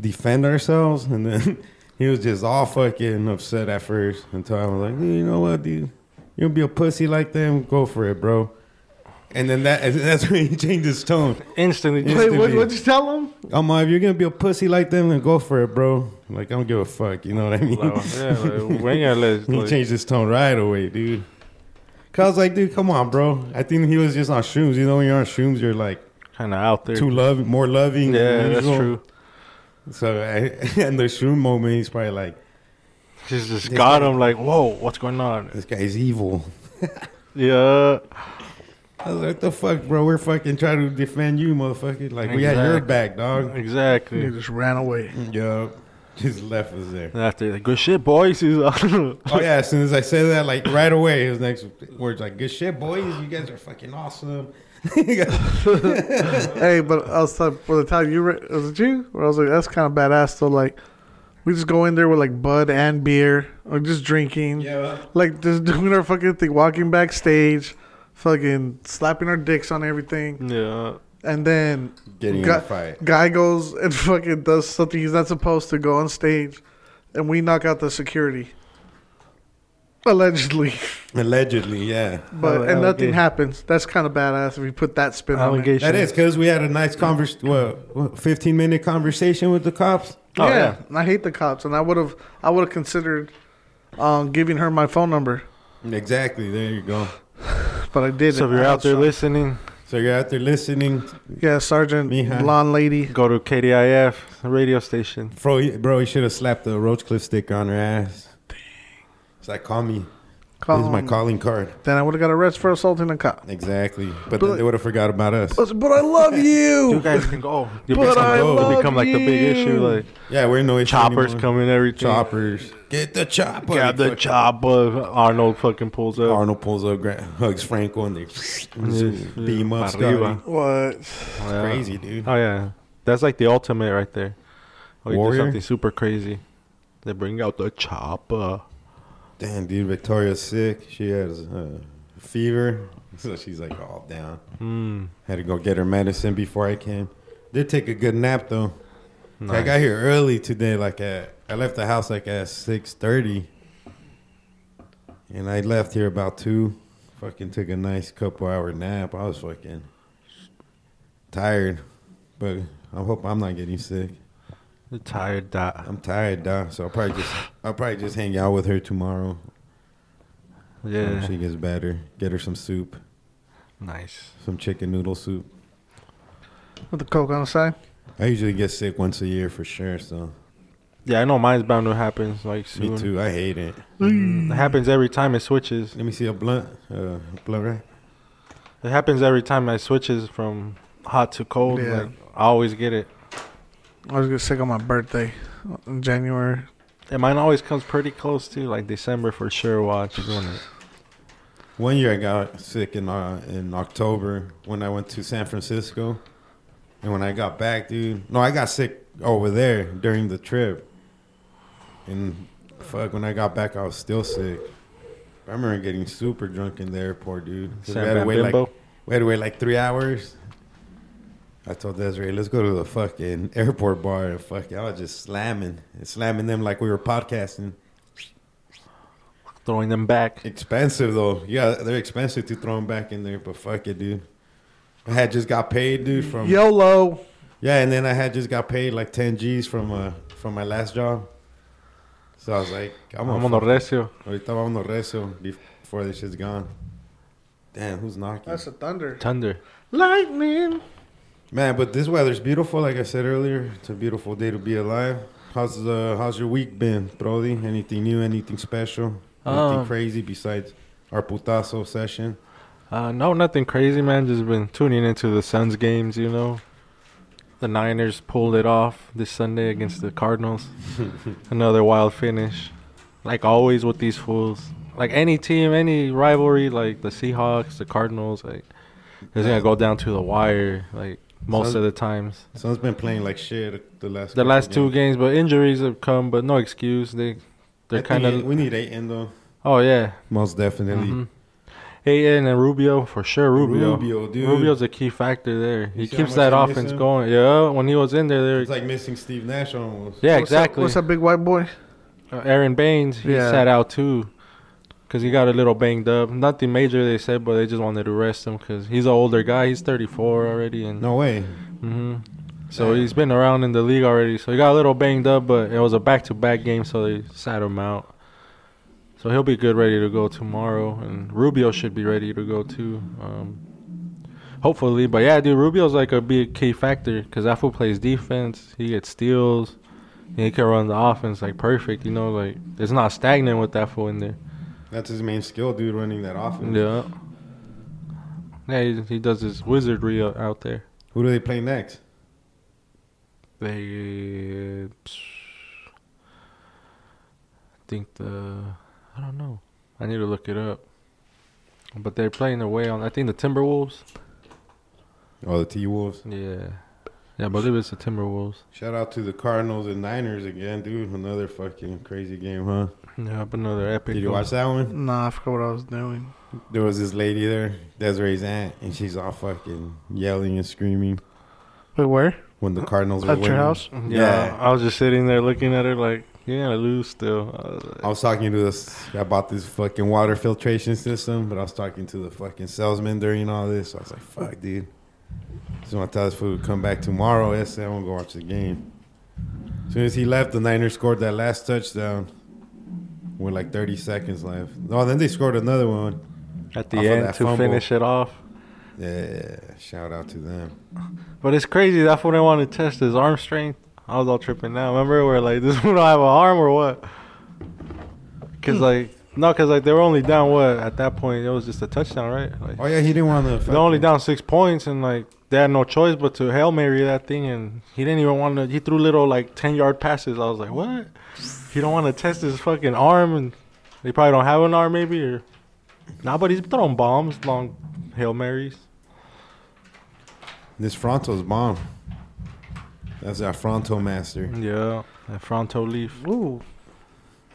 defend ourselves? And then he was just all fucking upset at first until I was like, dude, you know what, dude? You'll be a pussy like them. Go for it, bro. And then that that's when he changed his tone.
Instantly.
Yeah.
just-
Wait,
to
what,
be-
what'd you tell him?
I'm like, if you're gonna be a pussy like them, then go for it, bro. Like, I don't give a fuck. You know what I mean?
Like, yeah, like, when your legs,
He
like-
changed his tone right away, dude. Cause I was like, dude, come on, bro. I think he was just on shrooms. You know, when you're on shrooms, you're like
kind of out there.
too loving, more loving.
yeah,
than
that's
usual.
true.
So, I, and the shroom moment, he's probably like,
She's just got him like, whoa, what's going on?
this guy's evil.
Yeah,
I was like, what the fuck, bro? We're fucking trying to defend you, motherfucker. Like, we had your
Exactly.
back, dog.
He
exactly.
just ran away.
Yup. Just left us there.
And after like, good shit, boys. He's
Oh yeah, as soon as I said that, like right away, his next words like, "Good shit, boys. You guys are fucking awesome."
Hey, but I was like, for the time you re- was it you? Where I was like, that's kind of badass. So like, we just go in there with like bud and beer, or just drinking,
yeah,
like just doing our fucking thing, walking backstage, fucking slapping our dicks on everything,
yeah,
and then
Mm. getting
Got-
in a fight.
guy goes and fucking does something he's not supposed to go on stage, and we knock out the security. Allegedly,
Allegedly, yeah.
but
Oh,
and nothing
alligator.
happens. That's kind of badass if you put that spin on it.
allegation.
That is because we had a nice converse, what, what, fifteen minute conversation with the cops.
Oh,
yeah.
yeah.
and I hate the cops, and I would have, I would have considered um, giving her my phone number,
Exactly. There you go.
but I didn't.
So if you're
I
out there
was
listening,
So you're out there listening,
shocked. yeah, Sergeant
Mija.
Blonde Lady.
go to KDIF radio station.
bro. you- Bro, you should have slapped the Roachcliffe sticker on her ass. It's like, call me.
Call
This is my calling card.
Then I would have got arrested for assaulting a cop.
Exactly. But,
But-
then they would have forgot about us.
But, but I love
You
you.
guys can go. You
But
become,
I
you
love
become like the big
you.
issue, like
Yeah, we're no issue
choppers
anymore.
coming, everything.
Choppers. Get the chopper.
Grab the
Fucking-
chopper. Arnold fucking pulls up.
Arnold pulls up, gra- hugs Franco, and they just
yeah.
beam up.
Arriba.
Scotty.
what?
Oh,
It's
yeah.
Crazy, dude.
Oh yeah, that's like the ultimate right there. Oh, you do
Warrior?
something super crazy. They bring out the chopper.
Damn, dude. Victoria's sick. She has uh, fever, so she's like all down.
Hmm.
Had to go get her medicine before I came. Did take a good nap though. I
Nice.
got here early today. Like at, I left the house like at six thirty, and I left here about two. Fucking took a nice couple hour nap. I was fucking tired, but I hope I'm not getting sick.
You're tired, dot.
I'm tired, dog. So I'll probably just I'll probably just hang out with her tomorrow. when
Yeah.
she gets better. Get her some soup,
Nice.
some chicken noodle soup.
With the coke on the side.
I usually get sick once a year for sure. So
Yeah, I know mine's bound to happen like soon.
me too. I hate it.
Mm.
It happens every time it switches.
Let me see a blunt. Uh, blunt, right?
It happens every time I switches from hot to cold.
Yeah.
Like I always get it.
I was gonna sick on my birthday, in January.
And mine always comes pretty close too, like December for sure. Watch.
One year I got sick in uh, in October when I went to San Francisco, and when I got back, dude, no, I got sick over there during the trip, and fuck, when I got back, I was still sick. I remember getting super drunk in the airport, dude. 'Cause
San
we had to
Van
wait
Bimbo.
like we had to wait like three hours. I told Desiree, let's go to the fucking airport bar and fuck, I was just slamming and slamming them like we were podcasting.
throwing them back.
Expensive though. Yeah, they're expensive to throw them back in there, but fuck it, dude. I had just got paid, dude.
Um,
From
YOLO.
yeah, and then I had just got paid like ten G's from uh from my last job. So I was like, I'm
I'm
gonna
on the
fuck-
recio.
Ahorita vamos rezo before this shit's gone. Damn, who's knocking?
That's a thunder.
Thunder.
Lightning.
Man, but this weather's beautiful. Like I said earlier, it's a beautiful day to be alive. How's uh, how's your week been, Brody? Anything new? Anything special? Anything
Um,
crazy besides our putazo session?
Uh, no, nothing crazy, man. Just been tuning into the Suns games, you know. The Niners pulled it off this Sunday against the Cardinals. Another wild finish. Like always with these fools. Like any team, any rivalry, like the Seahawks, the Cardinals, like it's gonna go down to the wire, like most
Suns-
of the times.
Sun's been playing like shit the last
The
couple
last two
games.
games, but injuries have come, but no excuse. They
I
they're
think
kind
it-
of
we need eight in though.
Oh yeah.
Most definitely.
Mhm. Hey, and then Rubio for sure. Rubio.
Rubio, dude.
Rubio's a key factor there.
You
He
see how
keeps
much
that
he missed
offense
him?
going. Yeah, when he was in there, there.
It's like missing Steve Nash almost.
yeah,
What's that-
exactly.
what's that big white boy?
Uh, Aaron Baines, he
Yeah.
sat out too because he got a little banged up. Nothing major, they said, but they just wanted to rest him because he's an older guy. He's 34 already, and
No way.
hmm so he's been around in the league already. So he got a little banged up, but it was a back-to-back game, so they sat him out. So he'll be good, ready to go tomorrow, and Rubio should be ready to go too. Um, hopefully, but yeah, dude, Rubio's like a big key factor because that fool plays defense. He gets steals. and He can run the offense like perfect, you know. Like it's not stagnant with that fool in there.
That's his main skill, dude, running that offense.
Yeah, yeah, he, he does his wizardry o- out there.
Who do they play next?
They, I think the, I don't know. I need to look it up. But they're playing away on, I think the Timberwolves.
Oh, the T Wolves.
Yeah, yeah, I believe it's the Timberwolves.
Shout out to the Cardinals and Niners again, dude. Another fucking crazy game, huh?
Yeah, but another epic.
Did you
one.
watch that one?
Nah, I forgot what I was doing.
There was this lady there, Desiree's aunt, and she's all fucking yelling and screaming
Wait, where?
when the Cardinals were
At your
winning.
house?
Yeah,
Yeah.
I was just sitting there looking at her like, you're gonna lose still. Uh, I was like,
I was talking to this. I bought this fucking water filtration system, but I was talking to the fucking salesman during all this. So I was like, "Fuck, dude." So I thought this fool would come back tomorrow. I said, "I'm gonna go watch the game." As soon as he left, the Niners scored that last touchdown with like 30 seconds left. Oh, then they scored another one.
at the
Off of
end
that
to
fumble.
finish it off.
Yeah, shout out to them.
But it's crazy. That's when they want to test his arm strength. I was all tripping now. Remember, we're like, this one don't have an arm or what? Cause like, no, cause like they were only down what at that point. It was just a touchdown, right? Like
Oh yeah, he didn't want to.
they're only down six points, and like they had no choice but to hail mary that thing. And he didn't even want to. He threw little like ten yard passes. I was like, what? He don't want to test his fucking arm, and they probably don't have an arm, maybe. Or nah, but he's throwing bombs, long hail marys.
This Fronto's bomb. That's our Fronto master.
Yeah, that fronto leaf.
Ooh.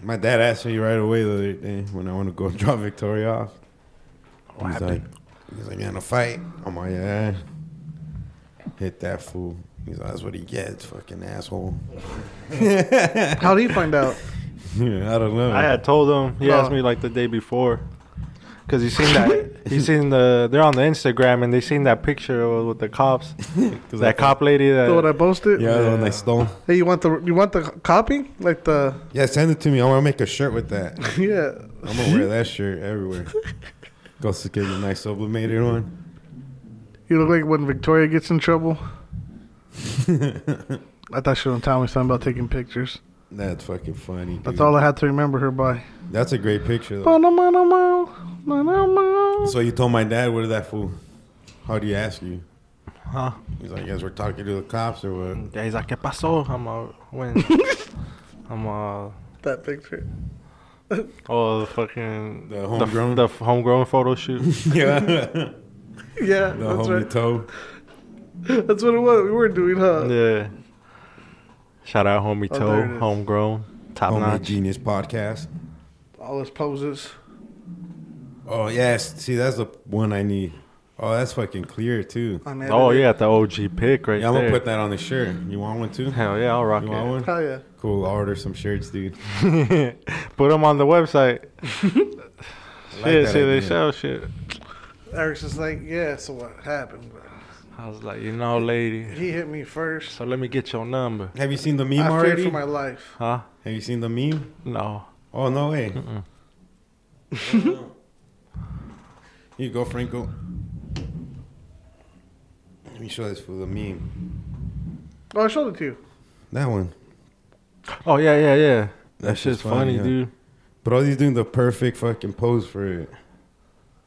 My dad asked me right away the other day when I want to go drop Victoria off.
What
he's
happened?
like, he's like, you in a fight? I'm like, yeah. Hit that fool. He's like, that's what he gets, fucking asshole. yeah,
How do you find out?
I don't know.
I had told him. He
Oh.
asked me like the day before, cause he seen that he seen the they're on the Instagram and they seen that picture of- with the cops,
'Cause I
that cop lady
The one I
that.
posted?
Yeah, the one
Yeah.
they stole.
Hey, you want the you want the copy? Like the
Yeah, send it to me. I want to make a shirt with that.
yeah.
I'm gonna wear that shirt everywhere. Go s- get a nice sublimated one.
You look like when Victoria gets in trouble. I thought she was telling me something about taking pictures.
That's fucking funny. Dude.
That's all I had to remember her by.
That's a great picture. Though.
Ba-na-ma-na-ma,
So you told my dad, what did that fool? How do you ask you?
Huh?
He's like, yes, we're talking to the cops or what?
Yeah, he's like, ¿Qué pasó? I'm uh, when I'm uh,
That picture.
oh the fucking
The
the
homegrown?
the, f- homegrown photo shoot.
yeah.
Yeah,
the
that's
homie
right.
toe.
that's what it was. We were doing, huh?
yeah. Shout out homie
Oh, there
Toe,
it is.
homegrown, top
Homie
notch.
Genius Podcast.
All those poses.
Oh, yes. See, that's the one I need. Oh, that's fucking clear, too.
Unedited.
Oh yeah, the OG pick right
Yeah, I'm going
there.
to put that on the shirt. You want one, too?
Hell yeah, I'll rock
You
it.
want one?
Hell yeah.
Cool. I'll order some shirts, dude.
Put them on the website.
I like
Shit,
that
see, they
idea.
sell shit.
Eric's just like, yeah, so what happened?
I was like, you know, lady.
He hit me first.
So let me get your number,
Have you seen the meme
I feared
already?
for my life.
huh?
Have you seen the meme?
No.
Oh, no way.
Mm-mm.
Here you go, Franco. Let me show this for the meme.
Oh, I showed it to you.
That one.
Oh yeah, yeah, yeah. That
That's
shit's
just funny,
funny,
huh?
dude.
Brody's doing the perfect fucking pose for it.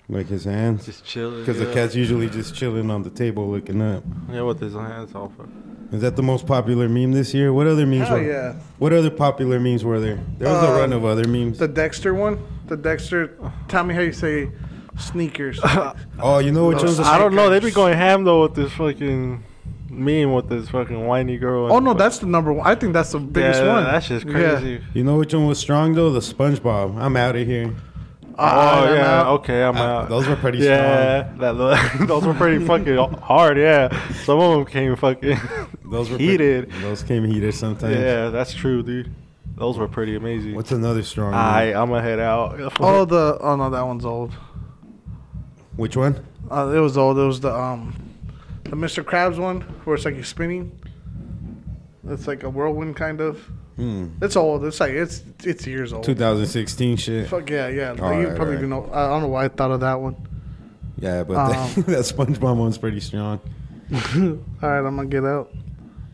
Like his hands.
Just chilling.
Because
yeah.
the cat's usually just chilling on the table looking up.
Yeah, with his hands off. her.
Is that the most popular meme this year? What other memes
Hell
were
yeah.
What other popular memes were there? There was a
Um,
run of other memes.
The Dexter one. The Dexter. Tell me how you say sneakers.
oh, you know which one's
Those- The
I don't know. They be
Lakers.
going ham though with this fucking meme with this fucking whiny girl. and
oh no,
fuck-
that's the number one. I think that's the biggest
yeah,
one.
That's just
Yeah.
crazy.
You know which one was strong though? The SpongeBob. I'm out of here.
Ah,
oh
I'm
yeah,
out.
okay, I'm out.
Those were pretty
yeah, that lo- those were pretty fucking hard. Yeah, some of them came fucking.
strong. Those were
Heated.
Pretty, those came heated sometimes.
yeah, that's true, dude. Those were pretty amazing.
What's another strong? one?
I I'm gonna head out.
Oh the oh no, that one's old.
Which one?
Uh, it was old. It was the um, the Mr. Krabs one where it's like you're spinning. It's like a whirlwind kind of.
Hmm.
It's old. It's like it's it's years old.
2016 shit.
Fuck yeah, yeah. Like,
All
you
right,
probably
right.
even know. I don't know why I thought of that one.
Yeah, but
Um,
that, that SpongeBob one's pretty strong.
All right, I'm gonna get out.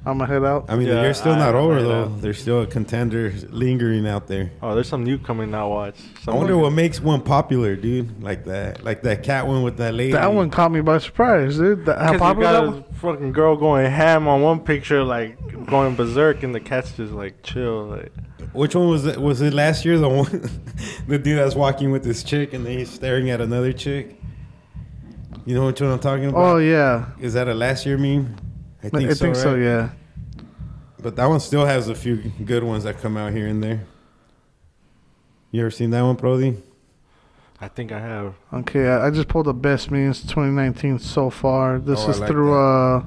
I'm gonna head out.
I mean,
Yeah,
you're still
I
not
don't
over
know.
though. There's still a contender lingering out there.
Oh, there's some new coming now. Watch.
I
Some
wonder what makes one popular, dude. Like that, like that cat one with that lady.
that one caught me by surprise, dude. That,
Because
how
you
popular
got
that
a
was?
fucking girl going ham on one picture, like going berserk, and the cat's just like chill. Like,
Which one was it? Was it last year? The one, the dude that's walking with this chick and then he's staring at another chick. You know which one I'm talking about?
Oh yeah,
Is that a last year meme?
I think, so,
right?
Yeah.
But that one still has a few good ones that come out here and there. You ever seen that one, Brody?
I think I have.
Okay, I, I just pulled the best memes 2019 so far. This
Oh, I
is
like
through
that.
uh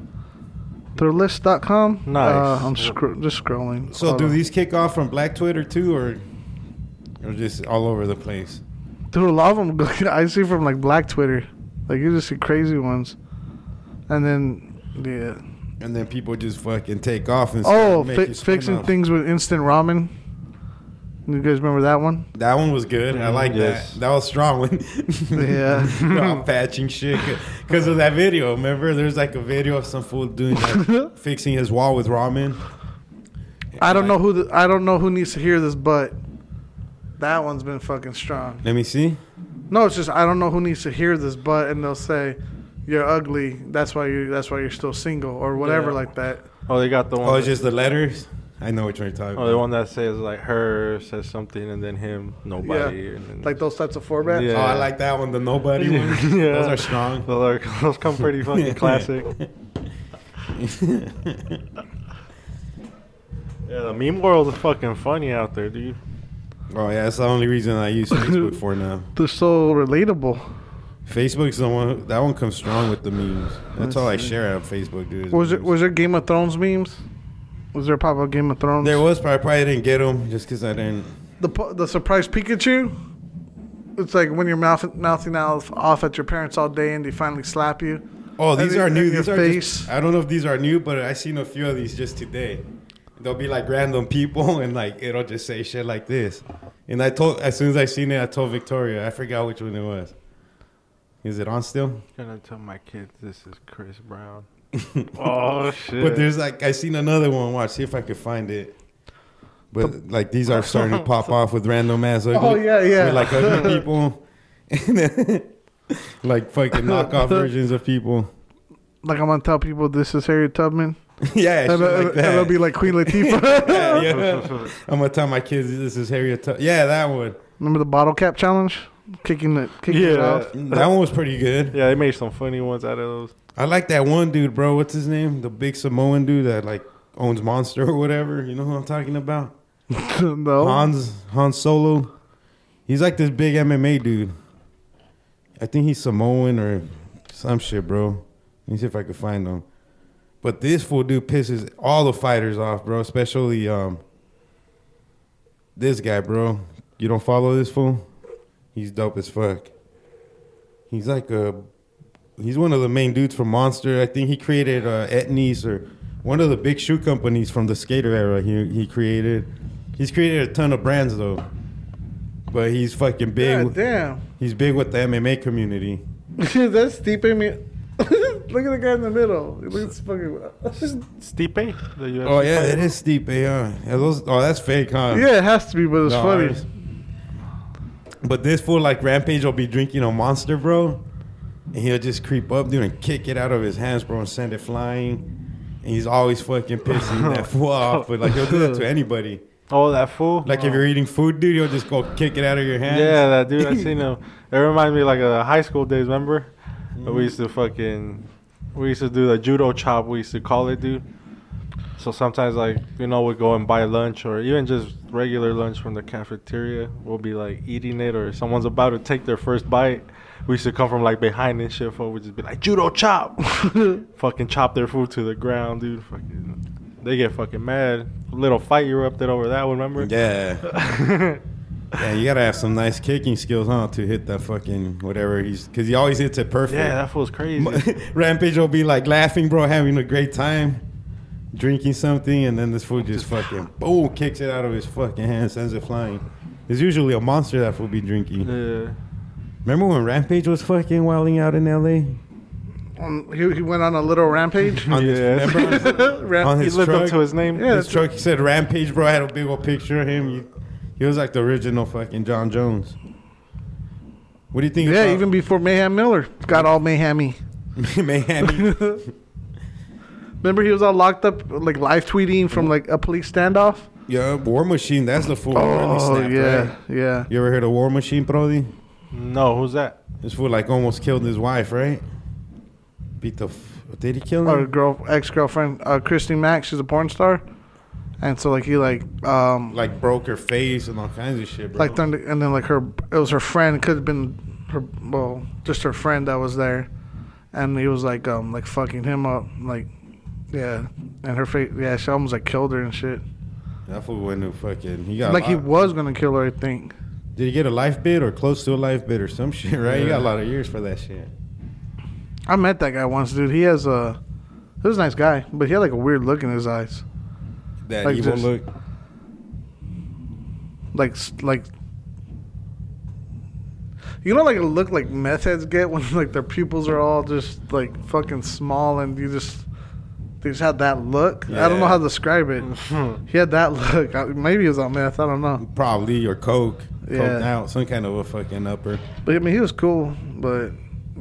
through list.com.
Nice.
Uh, I'm scro- just scrolling.
So
Hold
do
on.
these kick off from Black Twitter too, or or just all over the place?
Dude, a lot of them I see from like Black Twitter. Like you just see crazy ones, and then yeah.
And then people just fucking take off and start
Oh,
making
fi-
spin
fixing
off.
things with instant ramen. You guys remember that one?
That one was good. I
Mhm.
like
Yes.
that. That was strong. When
Yeah.
I'm patching shit because of that video. Remember, there's like a video of some fool doing like, fixing his wall with ramen.
I don't know who the, I don't know who needs to hear this, but that one's been fucking strong.
Let me see.
No, it's just I don't know who needs to hear this, but and they'll say you're ugly. That's why you. That's why you're still single or whatever
Yeah.
like that.
Oh, they got the one.
Oh, it's just the letters. I know which one you're talking
oh,
about.
the one that says like her says something, and then him, nobody, and then
Like those types of formats.
Yeah.
Oh, I like that one. The nobody one.
Yeah.
Those are strong.
Those, are, those come pretty fucking classic. Yeah, the meme world is fucking funny out there, dude.
oh yeah, that's the only reason I use Facebook for now.
They're so relatable.
Facebook's the one that one comes strong with the memes. That's all I share on Facebook, dude. is
Was it
memes.
was there Game of Thrones memes? Was there pop up Game of Thrones?
There was, but I probably didn't get them just because I didn't.
the pu- the surprise Pikachu. It's like when you're mouth, mouthing off, off at your parents all day and they finally slap you.
Oh, these
And
are
in-
new.
in your
These are
face.
just, I don't know if these are new, but I seen a few of these just today. They'll be like random people, and like it'll just say shit like this. And I told as soon as I seen it, I told Victoria. I forgot which one it was. Is it on still?
gonna tell my kids this is Chris Brown. oh shit!
But there's like I seen another one. Watch, see if I could find it. But like these are starting to pop off with random ass ugly.
Oh, yeah, yeah.
with, like ugly people, and then, like fucking knockoff versions of people.
Like I'm gonna tell people this is Harriet Tubman.
Yeah, shit
And, it-
like
and it'll
that.
be like Queen Latifah.
yeah, yeah. I'm gonna tell my kids this is Harriet. Tub- yeah, that one.
Remember the bottle cap challenge? Kicking the kicking it
Yeah.
off.
That one was pretty good.
yeah, they made some funny ones out of those.
I like that one dude, bro. What's his name? The big Samoan dude that like owns Monster or whatever. You know who I'm talking about?
no.
Hans Han Solo. He's like this big MMA dude. I think he's Samoan or some shit, bro. Let me see if I can find him. But this fool dude pisses all the fighters off, bro. Especially um this guy, bro. You don't follow this fool? He's dope as fuck. He's like a he's one of the main dudes from Monster. I think he created uh Etnies or one of the big shoe companies from the skater era he he created. He's created a ton of brands though. But he's fucking
God
big.
damn.
he's big with the MMA community.
That's deep in me. Look at the guy in the middle. Look at this fucking.
Stipe, the UFC
Oh yeah,
fighter.
it is steep. eh, huh? Yeah, those, oh, that's fake, huh?
yeah, it has to be, but it's
No,
funny.
ours- But this fool like Rampage will be drinking a monster, bro, and he'll just creep up, dude, and kick it out of his hands, bro, and send it flying. And he's always fucking pissing that fool off, but like he'll do that to anybody.
Oh, that fool.
Like if you're eating food, dude, he'll just go kick it out of your hands.
Yeah, that dude. I seen him. It reminds me like of high school days. Remember,
Mm-hmm.
we used to fucking, we used to do the judo chop. We used to call it, dude. So sometimes, like you know, we go and buy lunch or even just regular lunch from the cafeteria. We'll be like eating it, or someone's about to take their first bite. We used to come from like behind and shit, for we just be like judo chop, fucking chop their food to the ground, dude. Fucking, they get fucking mad. Little fight erupted over that one, remember?
Yeah. yeah, you gotta have some nice kicking skills, huh, to hit that fucking whatever he's because he always hits it perfect.
Yeah, that fool's crazy.
Rampage will be like laughing, bro, having a great time, drinking something, and then this fool just fucking boom kicks it out of his fucking hand, sends it flying. It's usually a monster that fool be drinking.
yeah.
Remember when Rampage was fucking wilding out in L.A.
Um, he, he went on a little rampage.
On his-
Yeah.
remember on-
Ram-
on
He
his
lived up
truck?
to his name.
Yeah.
his truck he said Rampage, bro. I had a big old picture of him. He, he was like the original fucking John Jones. What do you think?
yeah,
about-
even before Mayhem Miller got all mayhemmy.
Miami.
Remember, he was all locked up, like live tweeting from like a police standoff.
Yeah, War Machine. That's the fool. who really
Oh
snapped,
yeah,
right?
yeah.
You ever heard of War Machine, Brody?
No, who's that?
This fool like almost killed his wife, right? Beat the. F- did he kill
Our
her?
girl, ex girlfriend, uh, Christine Mack. She's a porn star, and so like he like um like,
Like broke her face and all kinds of shit, bro.
like then, and then like her it was her friend could have been her well just her friend that was there, and he was like um like fucking him up like yeah and her face yeah she almost like killed her and shit
that fool went to fucking. He got
like he
lot-
was gonna kill her I think
Did he get a life bid or close to a life bid or some shit? Right? He got a lot of years for that shit.
I met that guy once dude he has a he was a nice guy but he had like a weird look in his eyes
That
Like
evil
just-
look.
like s- like you know like a look like meth heads get when like their pupils are all just like fucking small and you just they just had that look i don't know
Yeah.
how to describe it he had that look I, maybe he was on meth i don't know
Probably or coke. Coked
Yeah.
out. Some kind of a fucking upper.
but i mean he was cool but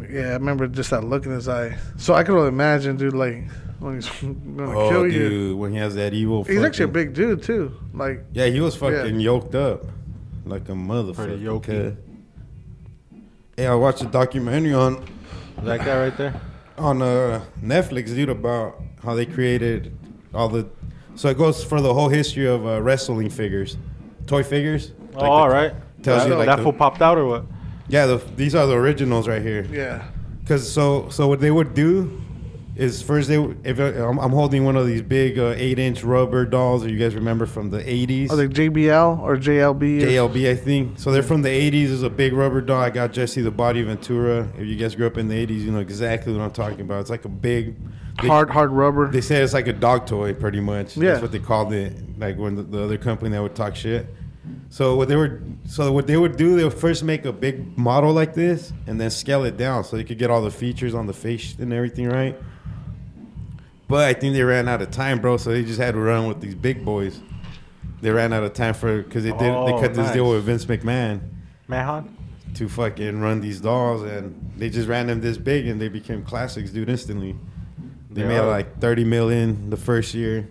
yeah i remember just that look in his eye so i could only imagine dude like when he's gonna
Oh,
kill
dude.
you
When he has that evil.
he's actually a
fucking-
big dude too like
Yeah, he was fucking yoked up like a motherfucker.
Pretty
Yeah,
yokey.
I watched a documentary on
That guy right there.
on uh, Netflix, dude, about how they created all the. So it goes for the whole history of uh, wrestling figures, toy figures.
Oh,
Like the-
all right.
tells
that
you, like,
that
the-
fool popped out or what?
Yeah, the, these are the originals right here.
yeah
Cause so so what they would do is first they would- if I- I'm, I'm holding one of these big uh, eight inch rubber dolls that you guys remember from the 80s.
Oh,
or like jbl or jlb or-
JLB, I think. So they're from the 80s. Is a big rubber doll. I got Jesse the Body Ventura. If you guys grew up in the 80s, you know exactly what I'm talking about. It's like a big they,
hard hard rubber
They said it's like a dog toy, pretty much.
Yeah.
That's what they called it. Like when the, the other company that would talk shit. So what they were, so what they would do, they would first make a big model like this, and then scale it down so you could get all the features on the face and everything right. But I think they ran out of time, bro. So they just had to run with these big boys. They ran out of time for because they did they
Oh,
cut this deal
nice.
with Vince McMahon
Mahan?
to fucking run these dolls, and they just ran them this big, and they became classics, dude, instantly. They
They
made
are.
like 30 million the first year,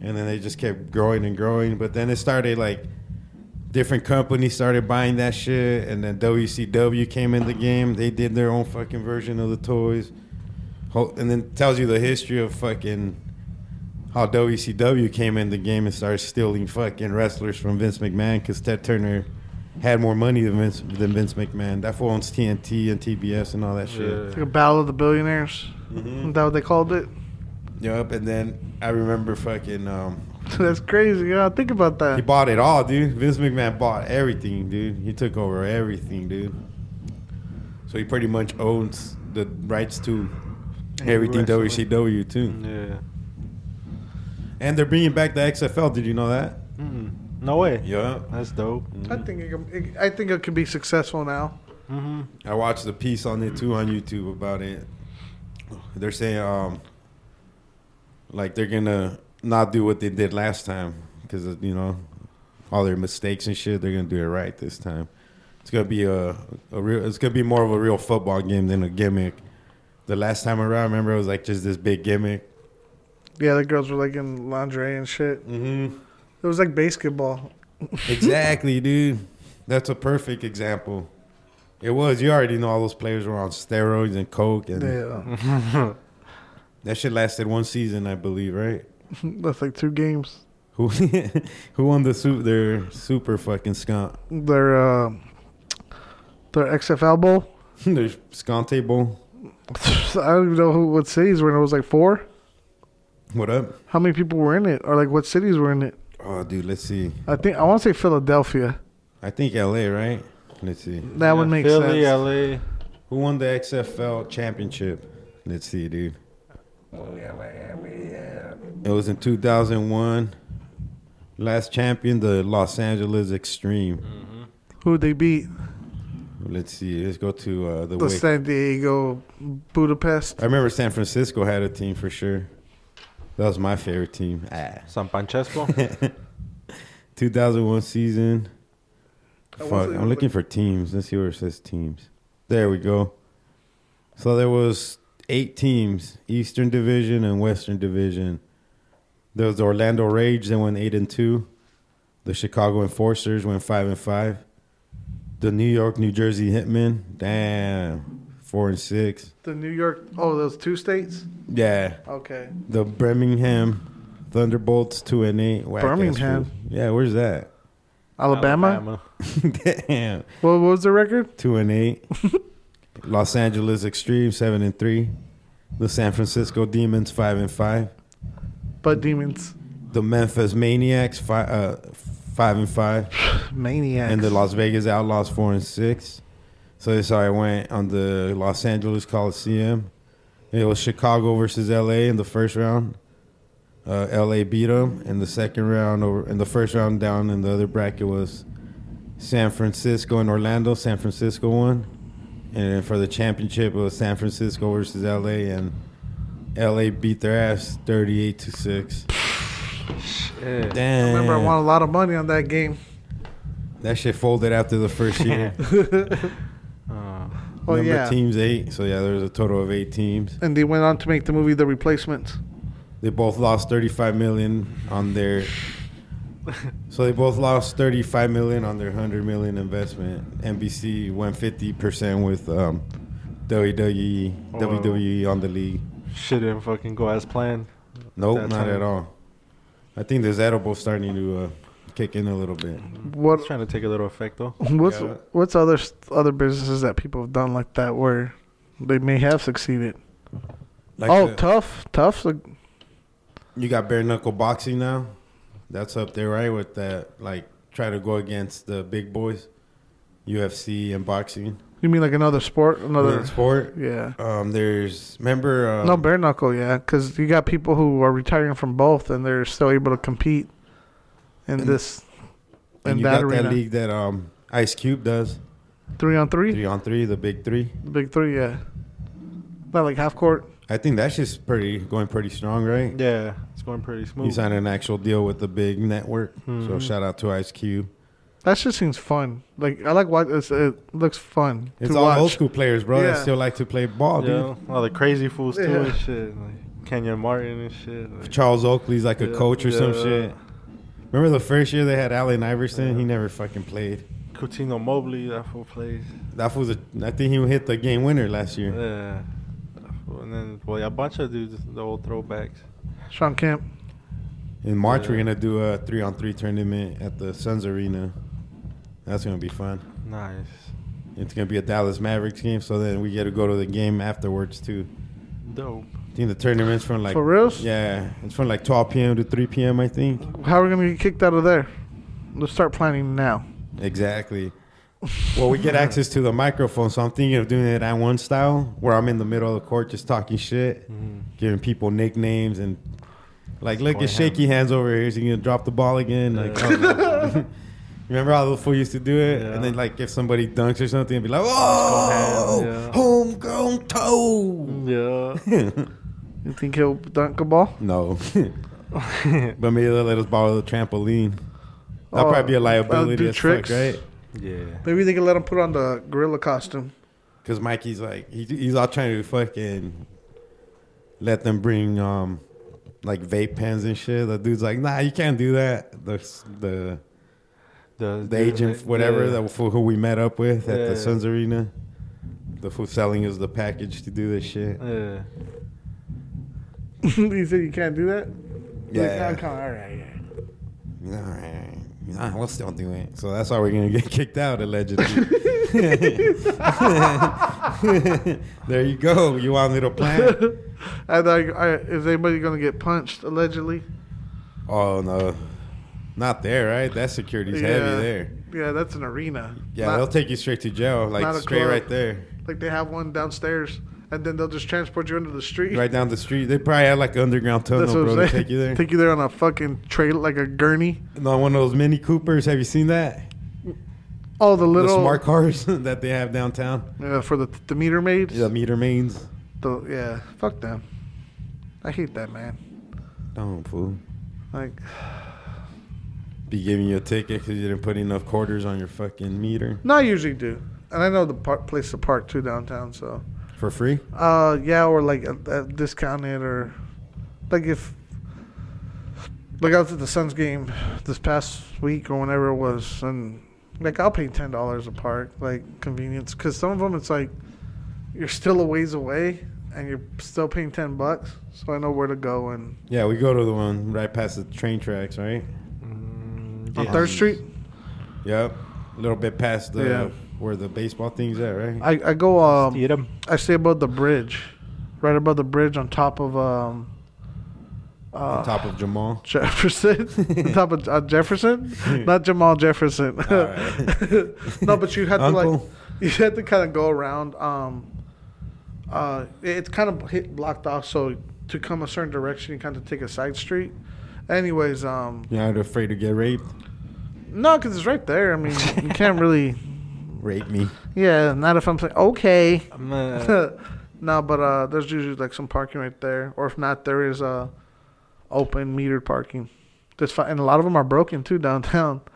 and then they just kept growing and growing. But then it started like different companies started buying that shit, and then WCW came in the game. They did their own fucking version of the toys, Ho- and then tells you the history of fucking how WCW came in the game and started stealing fucking wrestlers from Vince McMahon because Ted Turner had more money than Vince, than Vince McMahon. That fool owns TNT and TBS and all that shit.
Yeah.
It's like a battle of the billionaires.
Mm-hmm.
Is that what they called it?
Yep, and then I remember fucking um,
That's crazy. Yeah, think about
he
that.
bought it all, dude. Vince McMahon bought everything, dude. He took over everything, dude. So he pretty much owns the rights to everything
wrestling.
WCW too.
Yeah.
And they're bringing back the XFL. Did you know that?
Mm. No way.
Yeah.
That's dope.
I think it, could- it, I think it could be successful now.
Mm-hmm.
I watched a piece on it too on YouTube about it. They're saying um, like they're gonna not do what they did last time because you know all their mistakes and shit. They're gonna do it right this time. It's gonna be a, a real. It's gonna be more of a real football game than a gimmick. The last time around, remember, it was like just this big gimmick.
Yeah, the girls were like in lingerie and shit.
Mm-hmm.
It was like basketball.
Exactly, dude. That's a perfect example. It was. You already know all those players were on steroids and coke and
Yeah.
That shit lasted one season, I believe, right?
That's like two games.
Who who won the super their super fucking scont
Their uh, their XFL bowl.
their sconte bowl?
I don't even know who what cities were in it. It was like four.
What up?
How many people were in it, or like what cities were in it?
Oh, dude, let's see.
I think I want to say Philadelphia.
I think L.A. Right? Let's see.
That would make
Philly,
sense.
LA.
Who won the XFL championship? Let's see, dude. It was in 2001. Last champion, the Los Angeles Extreme.
Who'd they beat?
Let's see. Let's go to uh, the
The
Wake.
San Diego, Budapest.
I remember San Francisco had a team for sure. That was my favorite team. Ah.
San Francesco.
2001 season.
I
Fuck,
wasn't
I'm looking
looking-
for teams. Let's see where it says teams. There we go. So there was eight teams: Eastern Division and Western Division. There was the Orlando Rage that went eight and two. The Chicago Enforcers went five and five. The New York, New Jersey Hitmen, damn, four and six.
The New York. Oh, those two states.
Yeah,
Okay.
the Birmingham Thunderbolts two and eight. Whack-ass
Birmingham?
fool. Yeah, where's that?
Alabama.
damn.
What what was the record?
two and eight. Los Angeles Extreme seven and three. The San Francisco Demons five and five.
But demons,
The Memphis Maniacs five uh, five and five,
maniacs.
and the Las Vegas Outlaws four and six. So that's how I went on the Los Angeles Coliseum. It was Chicago versus LA in the first round. Uh, LA beat them in the second round. Over in the first round down in the other bracket was San Francisco and Orlando. San Francisco won, and then for the championship it was San Francisco versus LA, and LA beat their ass thirty-eight to six.
Yeah.
Damn,
Remember, I won a lot of money on that game.
that shit folded after the first year.
Uh,
Oh
Number
yeah.
teams eight. So yeah, there's a total of eight teams.
And they went on to make the movie The Replacements.
They both lost 35 million on their. So they both lost 35 million on their 100 million investment. NBC went 50 percent with um, E, WWE,
Oh, wow.
WWE on the league.
Uh, shit didn't fucking go as planned.
Nope,
That
not
time.
at all. I think this edible starting to uh, kick in a little bit.
What
It's trying to take a little effect though.
what's
Yeah.
what's other other businesses that people have done like that where they may have succeeded?
Like
oh,
the-
tough, tough. Like,
You got bare knuckle boxing now. That's up there, right? With that, like try to go against the big boys, UFC and boxing.
you mean like another sport, another?
Another sport.
Yeah.
Um, there's remember. Um,
no bare knuckle, yeah, because you got people who are retiring from both and they're still able to compete in
And-
this
and
in
you
that
got
arena.
that league that um Ice Cube does
Three on three,
three on three, the big three.
The big three, yeah. Not like half court.
I think that's just pretty going pretty strong, right?
Yeah, it's going pretty
He
smooth.
signed an actual deal with the big network,
Mm-hmm.
so shout out to Ice Cube.
That just seems fun. Like I like what it's, it looks fun
It's
to
all
watch.
old school players, bro. That
Yeah.
still like to play ball,
Yeah,
dude.
all the crazy fools too
Yeah.
and shit. Like Kenyon Martin and shit. Like,
Charles Oakley's like a
Yeah,
coach or some
yeah.
shit. Remember the first year they had Allen Iverson?
Yeah.
He never fucking played.
Coutinho Mobley, that fool plays.
That was a. I think he hit the game winner last year.
Yeah. That fool- And then, well, yeah, a bunch of dudes, the old throwbacks.
Sean Camp.
In March, we're
Yeah.
gonna do a three on three tournament at the Suns Arena. That's gonna be fun.
Nice.
It's gonna be a Dallas Mavericks game, so then we get to go to the game afterwards too.
Dope.
I think the tournament's from like
For reals?
Yeah, it's from like 12 p.m. to 3 p.m. I think.
How are we gonna get kicked out of there? Let's start planning now.
Exactly. Well, we get access to the microphone, so I'm thinking of doing it at one style, where I'm in the middle of the court just talking shit, giving people nicknames and like, look
Boy,
at shaky hands over here. Is he gonna drop the ball again? Like, I don't know. remember how the fool used to do it?
Yeah.
And then like if somebody dunks or something, it'd be like, oh,
yeah.
homegrown toe.
Yeah.
You think he'll dunk a ball?
No. but maybe they'll let us borrow the trampoline. That'll
Oh,
probably be a
I'll
liability
do
as
tricks.
fuck, right?
yeah.
Maybe they can let him put on the gorilla costume.
Because Mikey's like, he, he's all trying to fucking let them bring um like vape pens and shit. The dude's like, nah, you can't do that. The the,
The,
the agent, whatever,
yeah.
that fool who we met up with at
Yeah.
the Suns Arena, the fool selling us the package to do this shit.
Yeah.
he said you can't do that. Like,
Yeah.
I'm kind of all right. Yeah.
All right. Nah, we'll still do it. So that's why we're gonna get kicked out allegedly. there you go. You want me to plan?
I, thought I, is anybody gonna get punched allegedly?
Oh no, not there, right? That security's
Yeah.
heavy there.
uh, Yeah, that's an arena.
Yeah,
Not-
they'll take you straight to jail, like
not a
straight
club.
right there,
like they have one downstairs, and then they'll just transport you into the street.
right down the street. They probably have like an underground tunnel,
That's what
bro,
I'm
to
saying.
take you there.
Take you there on a fucking trailer, like a gurney.
no, one of those Mini Coopers. Have you seen that?
All the little
the smart cars that they have downtown.
uh, for the the meter maids.
The meter mains.
The- yeah, fuck them. I hate that man.
Don't fool.
Like,
Be giving you a ticket because you didn't put enough quarters on your fucking meter
no, I usually do, and I know the park, place to park too downtown. So,
for free.
uh, yeah, or like a, a discounted or like if like I was at the Suns game this past week or whenever it was, and like I'll pay ten dollars a park, like convenience, because some of them it's like you're still a ways away and you're still paying ten bucks, so I know where to go and
Yeah, we go to the one right past the train tracks, right?
Mm,
on
Yeah.
Third Street.
Yep. A little bit past the
Yeah.
where the baseball thing's at, right?
I, I go um
Eat 'em.
I stay above the bridge, right above the bridge on top of um.
On
Uh,
top of Jamal.
Jefferson, On top of uh, Jefferson, not Jamal Jefferson.
Alright.
no, but you had to like
Uncle.
you had to kind of go around. Um, uh, it- it's kind of hit blocked off, so to come a certain direction, you kind of take a side street. Anyways, um,
You're not afraid to get raped?
no, because it's right there. I mean, you can't really.
Rape me.
Yeah, not if I'm saying okay.
I'm, uh,
no, but uh, there's usually like some parking right there, or if not, there is uh, open metered parking. That's fine, and a lot of them are broken too downtown.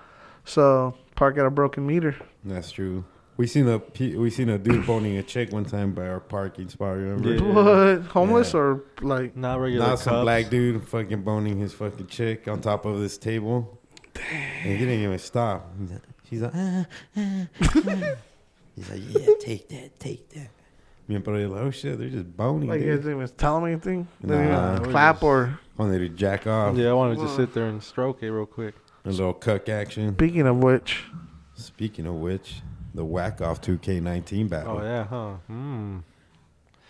So park at a broken meter.
That's true. We seen a pe- we seen a dude boning a chick one time by our parking spot. Remember?
Yeah. Mm-hmm.
What homeless
Yeah.
or like?
not regular.
Now some
cups.
black dude fucking boning his fucking chick on top of this table. And he didn't even stop. He's like- She's like, ah, ah, ah." he's like, yeah, take that, take that. Me and brother like, oh shit, they're just boning.
Like you guys
dude.
didn't even tell them anything. They didn't
Nah,
even
we
clap
just-
or.
Wanted to jack off.
Yeah, I wanted to just
Well-
sit there and stroke it real quick.
A little cuck action.
Speaking of which,
Speaking of which, the whack off 2K19 battle.
Oh yeah, huh? Hmm.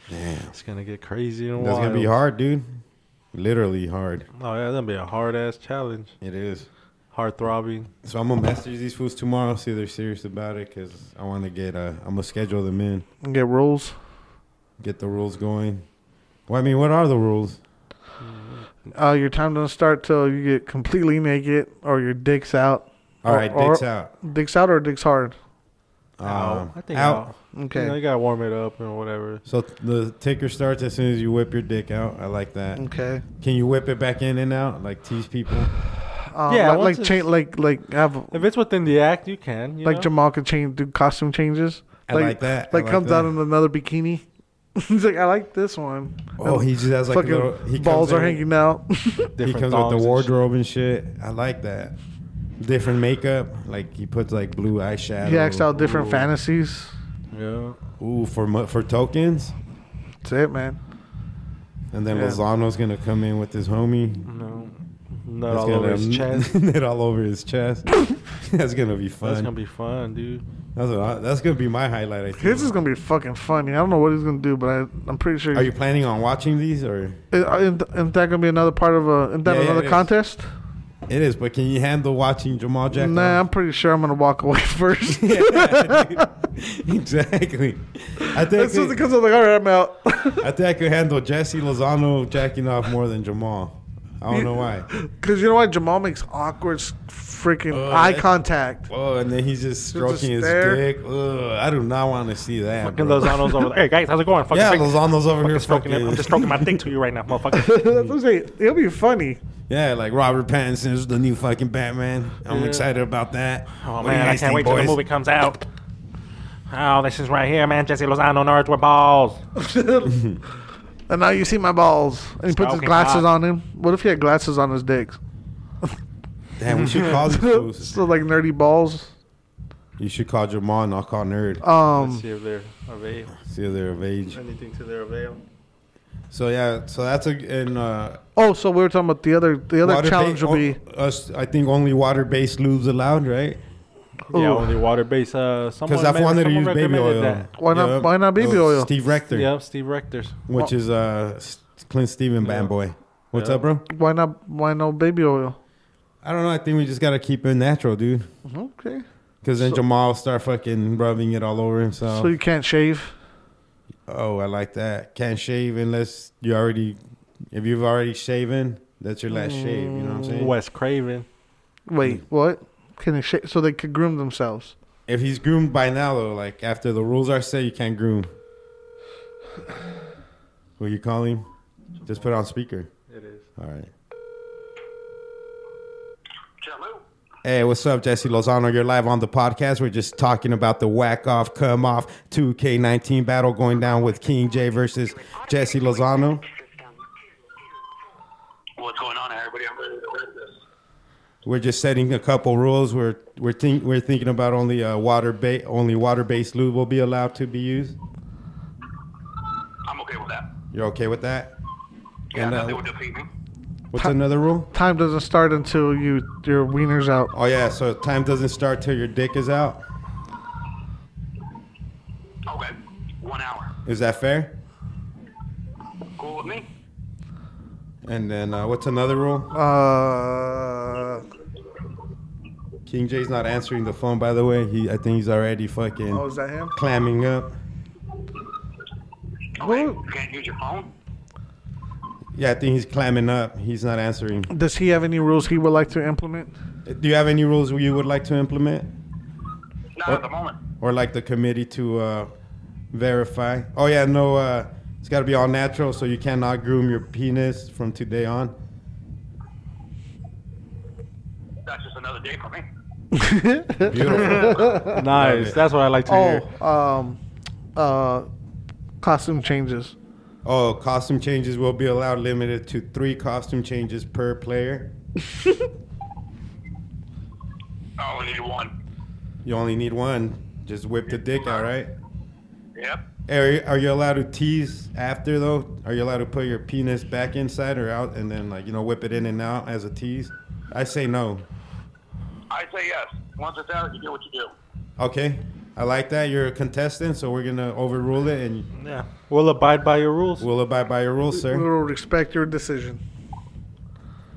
Damn.
It's gonna get crazy and
That's
wild.
going to be hard, dude. Literally hard.
Oh yeah, that's gonna be a hard ass challenge.
It is.
Heart throbbing.
So I'm going to message these fools tomorrow, see if they're serious about it, because I want to get, uh, I'm going to schedule them in,
you get rules.
get the rules going. Well, I mean, what are the rules?
Uh, your time doesn't start till you get completely naked or your dick's out.
All
Or-
right,
or-
dicks out.
Dick's out or dick's hard.
Um,
I think
out.
I'll-
Okay.
You, know, you gotta warm it up and whatever.
So the ticker starts as soon as you whip your dick out. I like that.
Okay.
Can you whip it back in and out? Like tease people?
Um,
Yeah,
yeah. Like,
once
like
it's-
change. Like like have
If it's within the act, you can. You
like
know?
Jamal could change, do costume changes.
I like, that. I
Like, comes
that.
out in another bikini. He's like, I like this one.
Oh, he just has like
Fucking
a little. He comes
balls are
in-
hanging out.
he comes
thongs
with
and
the
shit.
wardrobe and shit. I like that. Different makeup, like he puts like blue eyeshadow.
he acts out different
Ooh.
fantasies.
Yeah.
Ooh, for mo- for tokens,
That's it, man.
and then
Yeah.
Lozano's gonna come in with his homie.
No. Not
That's
all over
gonna-
his chest.
Nut all over his chest. that's gonna be fun.
That's gonna be fun, dude.
That's, what I- that's gonna be my highlight. I think.
His is gonna be fucking funny. I don't know what he's gonna do, but I, I'm pretty sure. uh,
Are you planning on watching these or?
Isn't, isn't that gonna be another part of a? Isn't that
Yeah, yeah,
another
it is.
contest?
It is, but can you handle watching Jamal Jack?
Nah, I'm pretty sure I'm gonna walk away first.
Yeah, dude. exactly. I think
as soon as it comes, I'm like, all right, I'm out.
I think I could handle Jesse Lozano jacking off more than Jamal. I don't know why.
Because you know what? Jamal makes awkward, s- freaking
Oh,
eye
that-
contact.
Oh, and then he's just
just
stroking his
there.
dick. Ugh, I do not want to see that.
Fucking
bro.
Lozano's over there. Hey guys, how's it going? Fucking
yeah,
fake-
Lozano's over here
fucking stroking
fucking.
it. I'm just stroking my dick to you right now, motherfucker.
That's what I'm saying. It'll be funny.
yeah, like Robert Pattinson's the new fucking Batman. I'm
Yeah.
excited about that.
Oh
What do you
man, I
guys
can't
think,
wait till the
boys?
movie comes out. Oh, this is right here, man. Jesse Lozano nerds with balls.
and now you see my balls. And he puts his
Smoking
glasses
hot.
on him. What if he had glasses on his dick?
Damn, we should call these fools.
so like nerdy balls.
You should call Jamal and I'll call Nerd.
Um,
if they're available.
See if they're of age.
Anything to their avail.
So yeah, so that's a and uh,
Oh, so we were talking about the other the other challenge will be
us. I think only water-based lubes allowed, right?
Yeah,
Ooh.
only water based. Uh, someone
Because I've
men-
wanted to
someone
use baby
recommended
oil.
That.
Why not-
Yep.
why not baby
It was
oil?
Steve Rector,
Yeah, Steve Rector's.
which is uh, S- Clint Steven band boy. What's
Yeah.
up, bro?
why not why no baby oil?
I don't know. I think we just gotta keep it natural, dude.
Okay,
Because then
So-
Jamal will start fucking rubbing it all over himself.
so you can't shave.
oh, I like that. Can't shave unless you already, if you've already shaven, that's your last shave. You know what I'm saying?
Wes Craven.
Wait, what? Can they shave so they could groom themselves?
If he's groomed by now, though, like after the rules are set, you can't groom. Will you call him? Just put on speaker.
It is.
All right.
Hello.
Hey, what's up, Jesse Lozano? You're live on the podcast. We're just talking about the whack off, come off 2K19 battle going down with King J versus Jesse Lozano.
What's going on, everybody? I'm ready to
We're just setting a couple rules. We're we're think we're thinking about only uh, water ba- only water based lube will be allowed to be used.
I'm okay with that.
You're okay with that?
Yeah,
And, uh,
nothing would defeat me.
What's another rule?
Time doesn't start until you your wiener's out.
Oh yeah, so time doesn't start till your dick is out.
Okay. One hour.
Is that fair?
Cool with me?
And then uh, what's another rule?
Uh,
King J's not answering the phone. By the way, he I think he's already fucking
oh, is that him?
clamming up.
Okay.
Well-
You can't use your phone?
Yeah, I think he's clamming up. He's not answering.
Does he have any rules he would like to implement?
Do you have any rules you would like to implement,
Not at the moment.
or like the committee to uh, verify? Oh yeah, no. Uh, it's got to be all natural, so you cannot groom your penis from today on.
That's just another day for me.
Beautiful.
Nice. That's what I like to hear.
Oh, um, uh, costume changes.
oh, costume changes will be allowed, limited to three costume changes per player.
I only Oh, need one.
You only need one. Just whip the dick out, right?
Yep.
Are you, are you allowed to tease after though? Are you allowed to put your penis back inside or out, and then like you know whip it in and out as a tease? I say no.
I say yes. Once it's out, you do what you do.
Okay, I like that. You're a contestant, so we're gonna overrule it, and
Yeah. We'll abide by your rules.
we'll abide by your rules,
We will
sir.
respect your decision.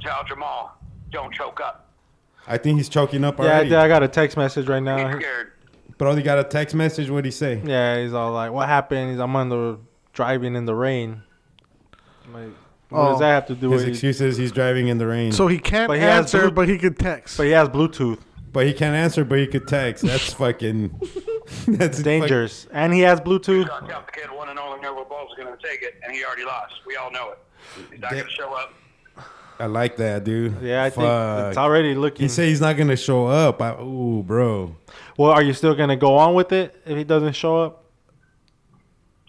Tell Jamal, don't choke up.
I think he's choking up
yeah, I,
already.
did- I got a text message right
Uh,
He's
now.
scared.
Bro, he got a text message. What'd he say?
Yeah, he's all like, "What happened?" He's, I'm on the driving in the rain. I'm like, what
Oh.
does that have to do
His
with?
excuse is he's driving in the rain.
So he can't
But he has
answer,
blue-
but he could text.
But he has Bluetooth.
but he can't answer, but he could text. That's fucking. that's fuck-
Dangerous, and he has Bluetooth.
Don't tell the kid one and only know where balls are going to take it, and he already lost. We all know it. He's not
That-
going to show up.
I like that, dude.
Yeah, I think it's
Fuck.
already looking.
He said he's not gonna show up. I, ooh, bro.
well, are you still gonna go on with it if he doesn't show up?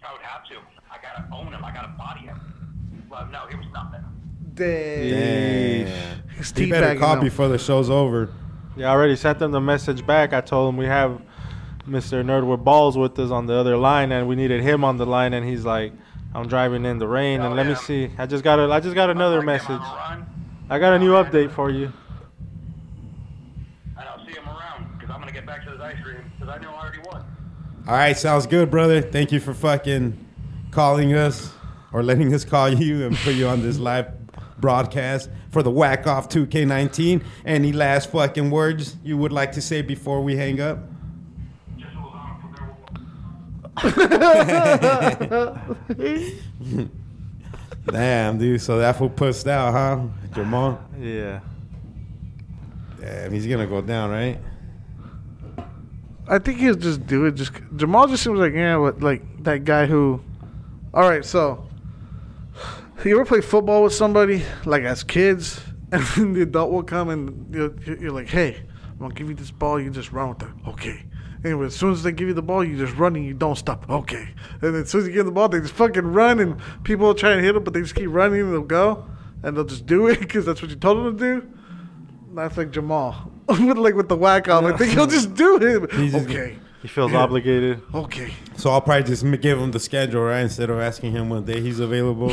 I would have to. I got to own him. I got to body him. Well, no, he was nothing.
Damn.
Damn.
He's
He better
teabagging
call
him.
before the show's over.
Yeah, I already sent them the message back. I told him we have Mr. Nerd with balls with us on the other line, and we needed him on the line, and he's like, "I'm driving in the rain, and
Oh,
let me
yeah.
see. I just got a, I just got another
Like, am I
message.
run?
I got a new update for you.
and I'll see him around because I'm gonna get back to this ice cream because I know I already won.
All right, sounds good, brother. Thank you for fucking calling us or letting us call you and put you on this live broadcast for the Whack Off 2K19. Any last fucking words you would like to say before we hang up?
Just hold on for their
Damn, dude. So that fool pussed out, huh? Jamal?
Yeah,
Damn, he's gonna go down, right?
I think he'll just do it. Just Jamal just seems like yeah, what like that guy who. All right, so you ever play football with somebody like as kids, and then the adult will come and you're, you're like, hey, I'm gonna give you this ball. You just run with it, okay. Anyway, as soon as they give you the ball, you just run and you don't stop. Okay. And then as soon as you get the ball, they just fucking run and people will try and hit them, but they just keep running and they'll go and they'll just do it because that's what you told them to do. That's like Jamal. with like with the whack off. I think he'll just do it.
He's just-
okay.
He feels obligated.
Okay.
So I'll probably just m- give him the schedule, right? Instead of asking him what day he's available,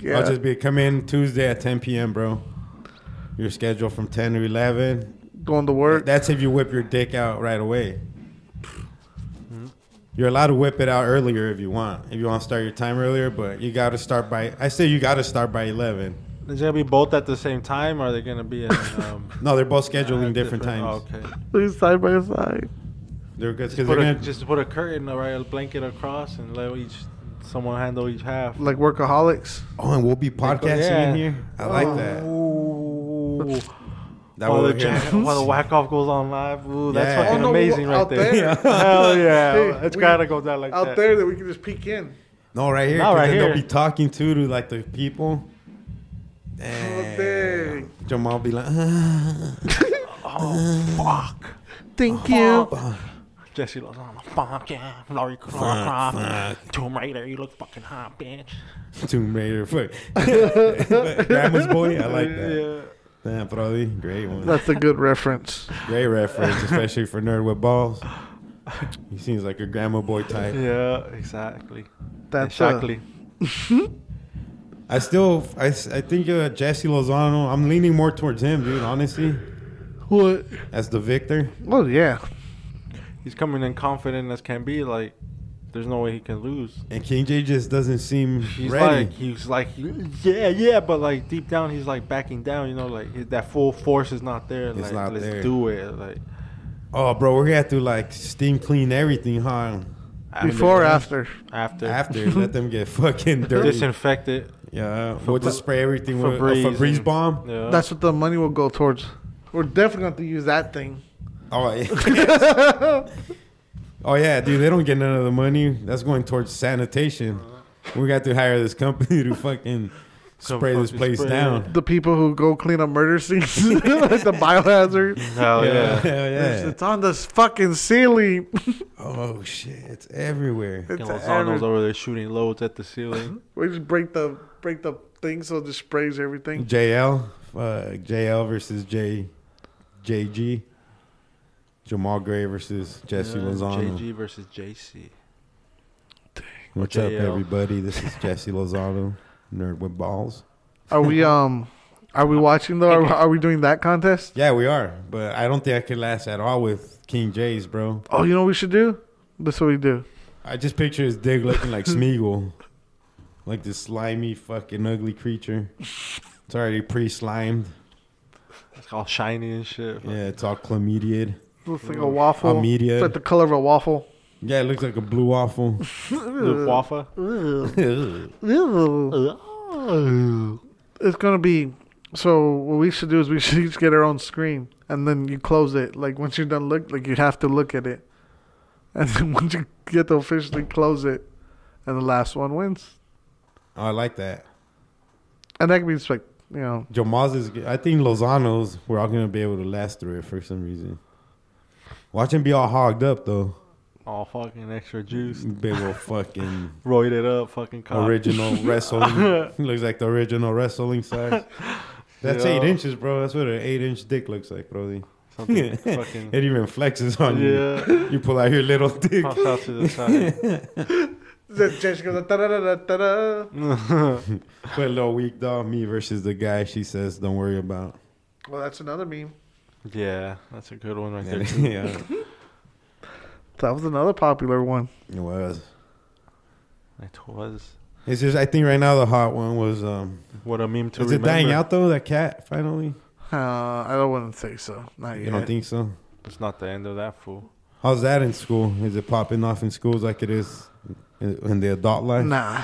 Yeah.
I'll just be come in Tuesday at 10 p.m., bro. Your schedule from 10 to 11.
Going to work.
That's if you whip your dick out right away. You're allowed to whip it out earlier if you want. If you want to start your time earlier, but you got to start by. I say you got to start by 11.
Is it gonna be both at the same time, or are they gonna be in, um,
No, they're both scheduling
at
different, times.
oh, okay.
Please side by side.
They're good because
Just
they're
put, a,
gonna
just put a curtain or a blanket across and let each someone handle each half.
Like workaholics.
Oh, and we'll be podcasting
Yeah. Oh.
in here. I like that.
Ooh.
That will
While the,
hear.
jam, while the whack off goes on live, ooh, that's
Yeah.
fucking
Oh,
no,
amazing
out
right there.
there. Yeah.
Hell yeah,
Hey,
it's
we-
gotta go down like
Out
that.
there that we can just peek in.
No, right here.
No,
'cause
right
then
here.
They'll be talking to to like the people.
Out
Damn.
there.
Jamal be like, "Ah."
Thank you.
Jesse Loves on the fuck yeah, Laurie Clark, Tomb Raider, you look fucking hot, bitch.
Tomb Raider. Fuck. Grandma's boy. I like that.
Yeah.
Damn, Brody. Great one.
That's a good reference.
Great reference, especially for Nerd with Balls. He seems like a grandma boy type.
Yeah, exactly.
That's uh, a-
exactly.
I still, I, s- I think uh, Jesse Lozano, I'm leaning more towards him, dude, honestly,
what?
as the victor.
Well, yeah.
He's coming in confident as can be. Like, there's no way he can lose.
And King J just doesn't seem
He's
ready.
like, he's like, yeah, yeah, but like deep down, he's like backing down. You know, like his- that full force is not there.
It's
like,
not
let's
there.
do it. Like,
oh, bro, we're gonna have to like steam clean everything, huh?
Before, or after.
after,
After let them get fucking dirty.
disinfect it.
yeah, we'll just spray everything with a
Febreze
Febreze
and-
bomb.
Yeah.
That's what the money will go towards. We're definitely going to have to use that thing.
Oh yeah. oh yeah, dude. They don't get none of the money. That's going towards sanitation. We got to hire this company to fucking
Come
spray this
Uh-huh. fucking
place
spray
down.
The people who go clean up murder scenes, like the biohazard.
Hell Oh,
hell
yeah.
It's,
yeah.
it's on this fucking ceiling.
Oh shit, it's everywhere.
It's
Fucking
every-
Lozano's over there shooting loads at the ceiling.
We just break the break the thing so it just sprays everything.
JL, uh, JL versus J, JG. Jamal Gray versus Jesse
Yeah,
Lozano.
JG versus JC.
What's up,
JL.
everybody? This is Jesse Lozano, nerd with balls.
Are we um are we watching though? Are, are we doing that contest?
Yeah, we are, but I don't think I could last at all with King J's, bro.
Oh, you know what we should do? That's what we do.
I just picture his dick looking like Smeagol, like this slimy, fucking ugly creature. It's already pre-slimed.
It's all shiny and shit.
Yeah, it's all chlamydiaed.
Looks like Mm. a waffle.
media.
It's like the color of a waffle.
Yeah, it looks like a blue waffle. Oh,
The waffle.
Ew.
It's gonna be. So what we should do is we should each get our own screen, and then you close it. Like once you're done look, like you have to look at it, and then once you get to officially close it, and the last one wins.
Oh, I like that.
And that can be just like you know
Jamal's is. I think Lozano's. We're all gonna be able to last through it for some reason. Watch him be all hogged up though.
All fucking extra juice.
Big old fucking
Roid it up, fucking cock.
Mm. original wrestling. looks like the original wrestling size. That's
Yeah.
eight inches, bro. That's what an eight-inch dick looks like, Brody.
Something
it
fucking.
even flexes on
Yeah.
you. You pull out your little dick.
Pops out to the side.
The chest goes da da da da da.
Put a little weak dog. Me versus the guy. She says, "Don't worry about."
Well, that's another meme.
Yeah, that's a good one right there. too.
yeah,
That was another popular one.
it was.
It was
It's just I think right now the hot one was um
what a meme to
Is
remember.
it dying out though? That cat finally?
Uh, I don't want to say so. Not yet.
You don't think so?
It's not the end of that fool.
How's that in school? Is it popping off in schools like it is in in the adult life?
Nah.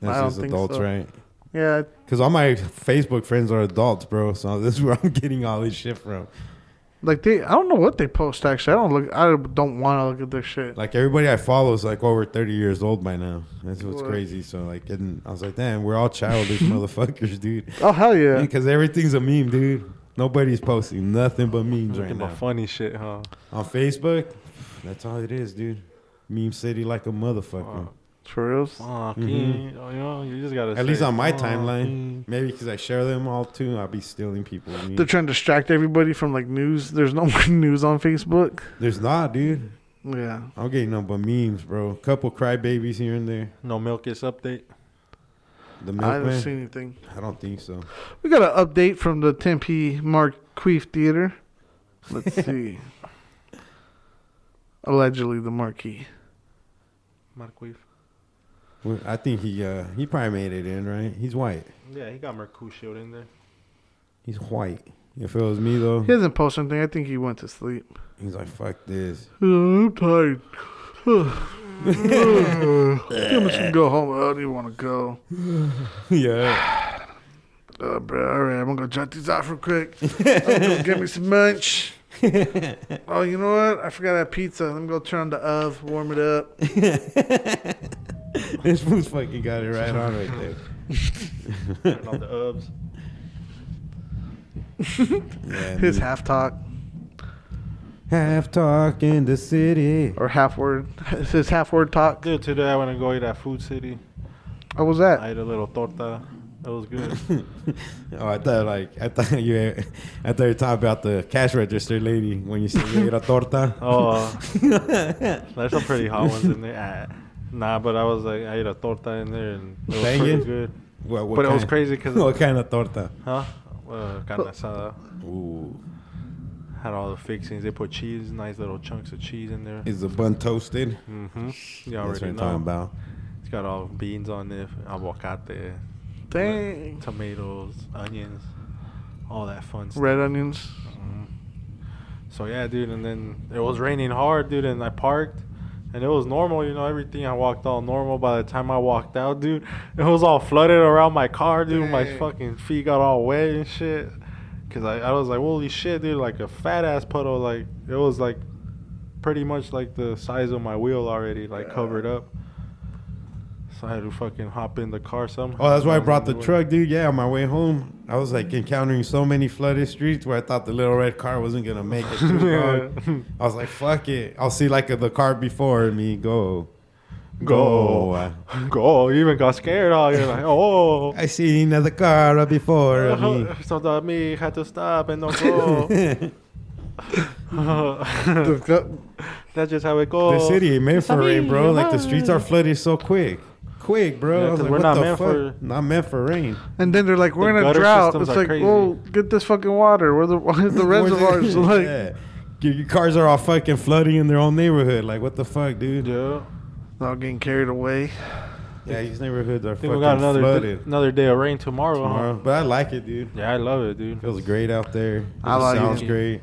That's
I don't
just
think
adults,
so.
right?
Yeah.
Because all my Facebook friends are adults, bro. So this is where I'm getting all this shit from.
Like they, I don't know what they post. Actually, I don't look. I don't want to look at their shit.
Like everybody I follow is like over 30 years old by now. That's what's
What?
crazy. So like, and I was like, damn, we're all childish motherfuckers, dude.
oh hell yeah!
Because everything's a meme, dude. Nobody's posting nothing but memes right
Looking
now
at funny shit, huh?
on Facebook. That's all it is, dude. Meme city like a motherfucker.
Oh,
Wow.
For reals.
Fucking, you know, you just gotta.
Mm-hmm. At least
say,
on my
"Fucking."
mm."
timeline. Maybe because I share them all too, I'll be stealing people. I mean,
They're trying to distract everybody from like news. There's no more news on Facebook.
There's not, dude.
Yeah.
I'm getting nothing but memes, bro. Couple crybabies here and there.
No milk is update.
The
I haven't
milkman.
seen anything.
I don't think so.
We got an update from the Tempe Marquee Theater. Let's see. Allegedly, the Marquee.
Marquif.
Well, I think he uh he probably made it in, right? He's white.
Yeah, he got Mercutio in there.
He's white. If it was me though,
He hasn't posted anything. I think he went to sleep.
he's like, fuck this.
I'm tired. I'm just gonna go home. I don't even want to go.
yeah.
Uh, bro, all right, I'm gonna go jot these off real quick. I'm gonna get me some munch. oh, you know what? I forgot I had pizza. Let me go turn on the oven, warm it up.
This fool's fucking got it right on right there.
Turn off the ubs.
Yeah,
His
dude.
half talk
half talk in the city. Oh,
or half word. His half word talk.
Dude, today I went to go eat at Food City.
How was that?
I ate a little torta. That was good.
Oh, I thought like I thought you had, I thought you were talking about the cash register lady when you said you ate a torta.
Oh, uh, there's some pretty hot ones in there. Ah. Nah, but I was like, I ate a torta in there and it was
Banging?
pretty good.
What- what
but it was
kind-
crazy 'cause-
what kind of torta?
Huh? Uh, carne asada.
Ooh,
Had all the fixings. They put cheese, nice little chunks of cheese in there.
is the bun toasted?
Mm-hmm. You
That's what
already
I'm
know.
talking about.
It's got all beans on it, aguacate,
Dang.
tomatoes, onions, all that fun stuff.
Red onions.
So yeah, dude, and then it was raining hard, dude, and I parked. And it was normal, you know, everything I walked all normal. By the time I walked out, dude, it was all flooded around my car, dude. My
Dang.
fucking feet got all wet and shit. Cause I, I was like, holy shit, dude, like a fat ass puddle. Like, it was like pretty much like the size of my wheel already, like covered up. So I had to fucking hop in the car somehow.
Oh, that's why I brought the
Way.
truck, dude. Yeah, on my way home, I was like encountering so many flooded streets where I thought the little red car wasn't gonna make it. Through, dog. I was like, "Fuck it, I'll see like the car before me go,
Go.
I,
Go, you even got scared. Oh, you're like, oh.
I see another car before me."
So that me had to stop and not go.
The gu-
That's just how it goes.
The city ain't meant
It's a
for rain, bro.
million
Like the streets are flooded so quick, quick, bro.
Yeah,
I was
'cause
like,
we're
what
not
the
meant
fuck?
for-
Not meant for rain.
And then they're like, we're in a
gutter
drought.
systems
It's
are
like,
crazy.
well, get this fucking water. Where the where's the
Where's
reservoirs?
the-
like,
Yeah. Your, your cars are all fucking flooding in their own neighborhood. Like, what the fuck, dude? Yeah,
Yeah.
all getting carried away.
these neighborhoods are
Think
fucking
we got another
flooded.
another day of rain tomorrow. huh?
tomorrow. But I like it, dude.
Yeah, I love it, dude.
Feels great out there.
I like it.
sounds great.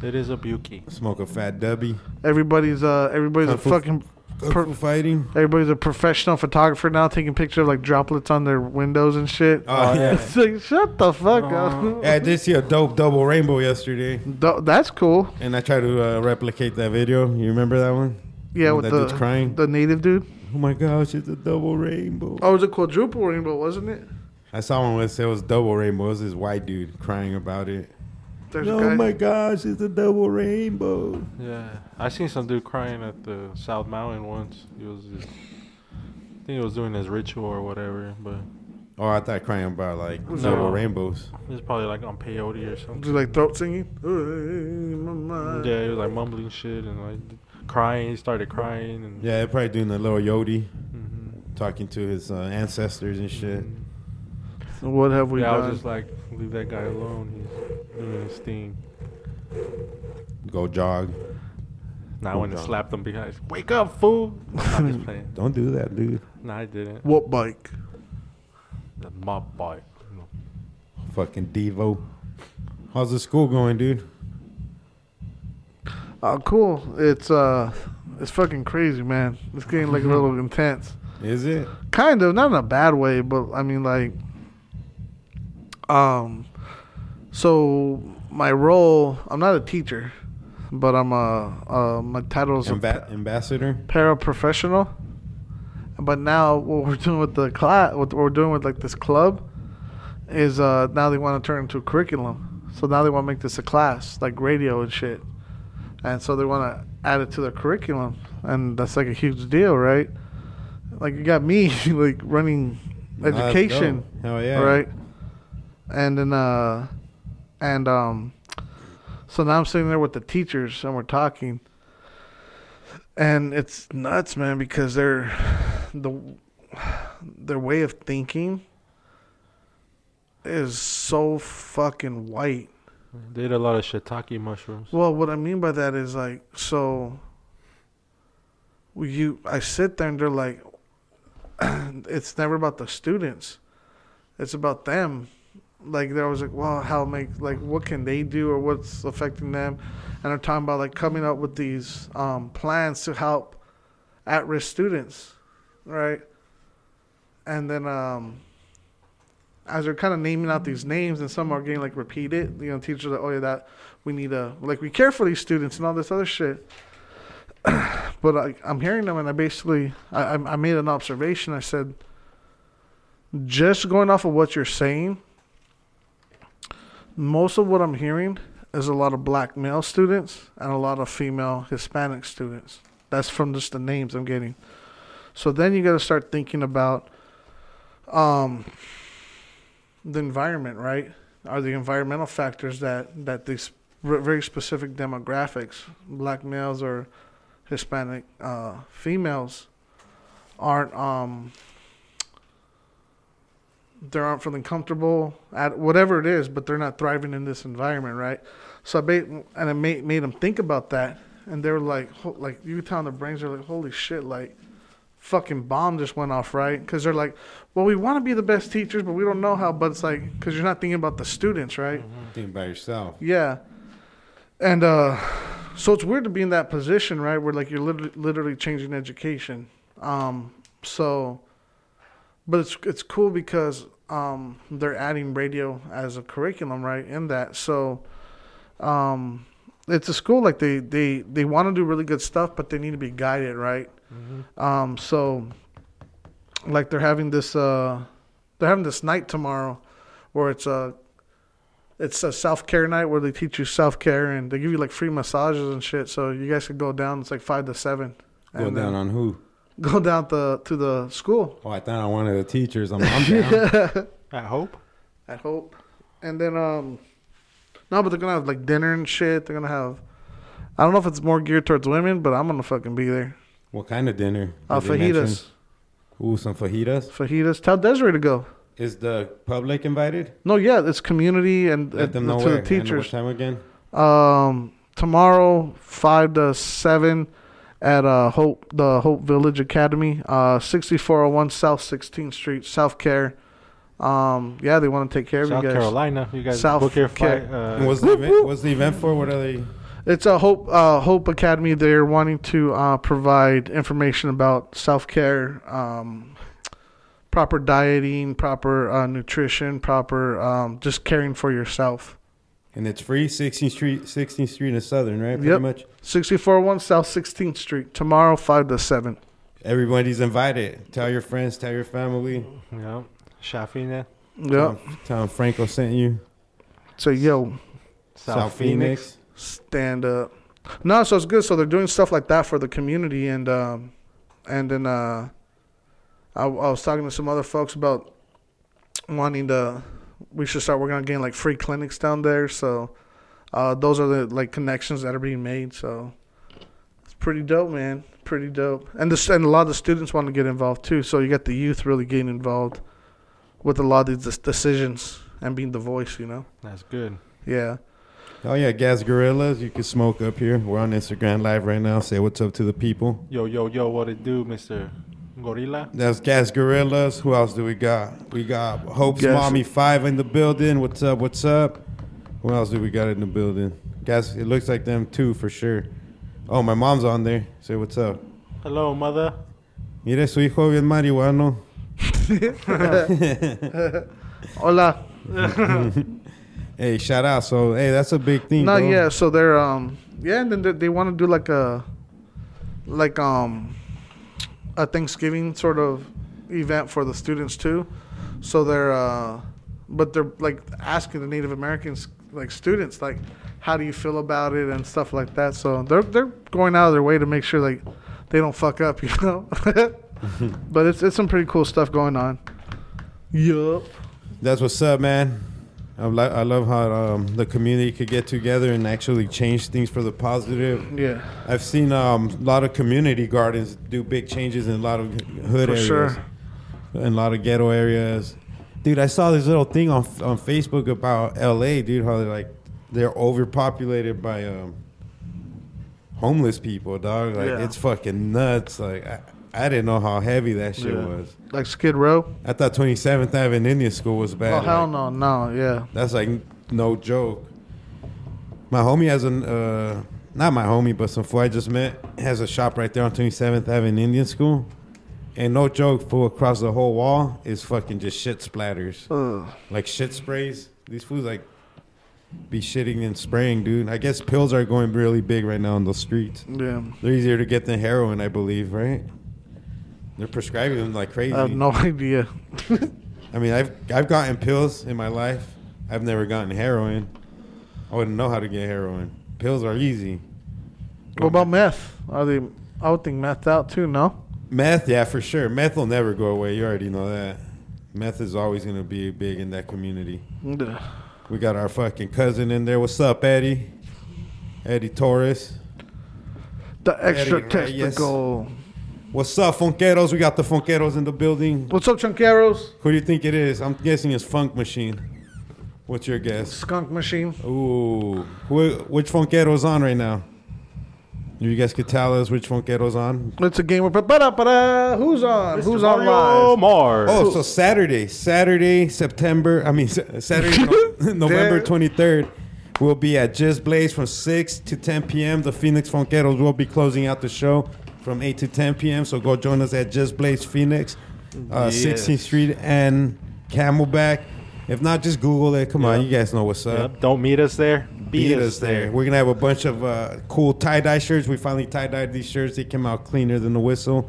It is a beauty.
Smoke a fat dubby.
Everybody's uh, everybody's a
Kung fu-
fucking,
Kung
Per-
fu fighting.
everybody's a professional photographer now, taking pictures of like droplets on their windows and shit.
Oh, yeah.
it's like, shut the fuck
Uh,
up.
Yeah, I did see a dope double rainbow yesterday,
Th- That's cool.
and I tried to uh, replicate that video. You remember that one?
Yeah,
When
with
that
the
dude's crying.
the native dude.
Oh my gosh, it's a double rainbow.
Oh, it was a quadruple rainbow, wasn't it?
I saw one with it was double rainbow. It was this white dude crying about it.
There's a
Oh
guy.
my gosh, it's a double rainbow.
Yeah. I seen some dude crying at the South Mountain once. He was just, I think he was doing his ritual or whatever, but
Oh, I thought crying about like
No.
double rainbows.
he was probably like on peyote or something.
Do like throat singing? Yeah.
Yeah, he was like mumbling shit and like crying. He started crying and
Yeah, they're probably doing a little yodi,
Mhm.
talking to his uh, ancestors and shit.
What have we
yeah, I
done?
was just like, leave that guy alone. He's doing his thing.
Go jog.
Now I went and
God.
slapped him behind. Wake up, fool! I'm just playing.
Don't do that, dude.
No, I didn't.
what bike?
The mob boy.
Fucking Devo. How's the school going, dude?
Oh, cool. It's uh, it's fucking crazy, man. It's getting like a little intense.
Is it?
Kind of, not in a bad way, but I mean like, um, so my role, I'm not a teacher, but I'm a, uh, my title is a
Amba- ambassador?
paraprofessional. But now what we're doing with the class, what we're doing with like this club, is uh, now they want to turn it into a curriculum. So now they want to make this a class, like radio and shit. And so they want to add it to their curriculum, and that's like a huge deal, right? Like you got me like running
Nah, that's
education,
dope. Hell yeah.
right? And then uh, and um, so now I'm sitting there with the teachers and we're talking, and it's nuts, man, because they're the their way of thinking is so fucking white.
They ate a lot of shiitake mushrooms.
Well, what I mean by that is like so. well, You, I sit there and they're like, it's never about the students, it's about them. Like they're always like, well, how make like what can they do or what's affecting them, and they're talking about like coming up with these um, plans to help at-risk students, right? And then um, as they're kind of naming out these names, and some are getting like repeated. You know, teachers are like, oh yeah, that we need to like we care for these students and all this other shit. but I, I'm hearing them, and I basically I, I I made an observation. I said, just going off of what you're saying, most of what I'm hearing is a lot of black male students and a lot of female Hispanic students. That's from just the names I'm getting. So then you got to start thinking about um, the environment, right? Are the environmental factors that that these r- very specific demographics, black males or Hispanic uh, females, aren't um, they aren't feeling comfortable at whatever it is, but they're not thriving in this environment, right? So I ba- and I made made them think about that, and they were like, ho- like you tell their brains are like, holy shit, like fucking bomb just went off, right? Because they're like, well, we want to be the best teachers, but we don't know how. But it's like, because you're not thinking about the students, right?
Think by yourself.
Yeah. And uh, so it's weird to be in that position, right? Where like you're literally, literally changing education. Um, so, but it's it's cool because um, they're adding radio as a curriculum, right? In that, so um, it's a school like they they they want to do really good stuff, but they need to be guided, right? Um, so, like they're having this uh, they're having this night tomorrow, where it's a it's a self care night where they teach you self care and they give you like free massages and shit. So you guys could go down. It's like five to seven.
Go
And
down
then
on who?
Go down the to the school.
Oh, I thought on one of the teachers. I'm, I'm down.
I hope.
I hope. And then um no, but they're gonna have like dinner and shit. They're gonna have I don't know if it's more geared towards women, but I'm gonna fucking be there.
What kind of dinner?
Uh,
Did they mention-
fajitas.
Ooh, some fajitas.
Fajitas. Tell Desiree to go.
Is the public invited?
No, yeah, it's community and,
Let
and
them know
to
where.
the
and what
teachers.
time again?
Um tomorrow five to seven at uh Hope the Hope Village Academy, uh sixty four oh one South Sixteenth Street, South Care. Um yeah, they wanna take care of
South
you guys.
Carolina. You guys
South
book your
Ca-
flight. Uh,
And what's the event? What's the event for? What are they?
It's a Hope uh, Hope Academy. They're wanting to uh, provide information about self care, um, proper dieting, proper uh, nutrition, proper um, just caring for yourself.
And it's free. 16th Street, 16th Street in Southern, right? Pretty
Yep.
much.
Sixty four one South Sixteenth Street tomorrow five to seven.
Everybody's invited. Tell your friends. Tell your family.
yeah. Shafina.
Yeah.
Tom, Tom Franco sent you.
So yo,
South, Phoenix.
stand up. No, so it's good. So they're doing stuff like that for the community, and um, and then uh, I, I was talking to some other folks about wanting to. We should start working on getting like free clinics down there. So uh, those are the like connections that are being made. So it's pretty dope, man. Pretty dope. And this and a lot of the students want to get involved too. So you got the youth really getting involved with a lot of these decisions and being the voice. You know.
That's good.
Yeah.
Oh yeah, Gas Gorillas. You can smoke up here. We're on Instagram Live right now. Say what's up to the people.
Yo, yo, yo, what it do, Mr. Gorilla?
That's Gas Gorillas. Who else do we got? We got Hope's
Gas-
Mommy Five in the building. What's up? What's up? Who else do we got in the building? Gas. It looks like them too for sure. Oh, my mom's on there. Say what's up.
Hello, mother.
Mire su hijo bien marihuano.
Hola.
Hey, shout out. So hey, that's a big thing.
No,
bro.
yeah. So they're um yeah, and then they, they want to do like a like um a Thanksgiving sort of event for the students too. So they're uh but they're like asking the Native Americans like students like how do you feel about it and stuff like that. So they're they're going out of their way to make sure like they don't fuck up, you know. but it's it's some pretty cool stuff going on. Yup.
That's what's up, man. I, li- I love how um, the community could get together and actually change things for the positive.
Yeah.
I've seen um, a lot of community gardens do big changes in a lot of hood
For
areas,
sure.
in a lot of ghetto areas. Dude, I saw this little thing on on Facebook about L.A. Dude, how they're like they're overpopulated by um, homeless people, dog. Like
Yeah.
it's fucking nuts. Like I, I didn't know how heavy that shit
Yeah.
was.
Like Skid Row?
I thought 27th Avenue Indian School was bad.
Oh hell
like,
no, no, yeah.
that's like no joke. My homie has an uh, not my homie, but some fool I just met has a shop right there on 27th Avenue Indian School, and no joke, fool across the whole wall is fucking just shit splatters,
Ugh.
like shit sprays. These fools like be shitting and spraying, dude. I guess pills are going really big right now on the streets.
Yeah.
They're easier to get than heroin, I believe, right? They're prescribing them like crazy.
I have no idea.
I mean, I've I've gotten pills in my life. I've never gotten heroin. I wouldn't know how to get heroin. Pills are easy.
what about meth? Are they I would think meth out too, no?
Meth, yeah, for sure. Meth will never go away. You already know that. Meth is always gonna be big in that community.
Yeah.
We got our fucking cousin in there. What's up, Eddie? Eddie Torres.
The extra
Eddie Reyes.
testicle.
What's up, Funkeros? We got the Funkeros in the building.
What's up, Chunkeros?
Who do you think it is? I'm guessing it's Funk Machine. What's your guess?
Skunk machine.
Ooh, Wh- which Funkero's on right now? You guys could tell us which Funkero's on.
It's a game of ba-da-ba-da. Who's on? Who's on
Mario
live?
Mars.
Oh, so Saturday, Saturday, September. I mean, S- Saturday, No- November
Damn.
twenty third. We'll be at Just Blaze from six to ten p.m. The Phoenix Funkeros will be closing out the show from eight to ten p.m. So go join us at Just Blaze Phoenix, uh, Sixteenth Street and Camelback. If not, just Google it. Come on, you guys know what's up.
Yep, don't meet us there. Beat,
beat us there. We're gonna have a bunch of uh, cool tie dye shirts. We finally tie dyed these shirts. They came out cleaner than the whistle.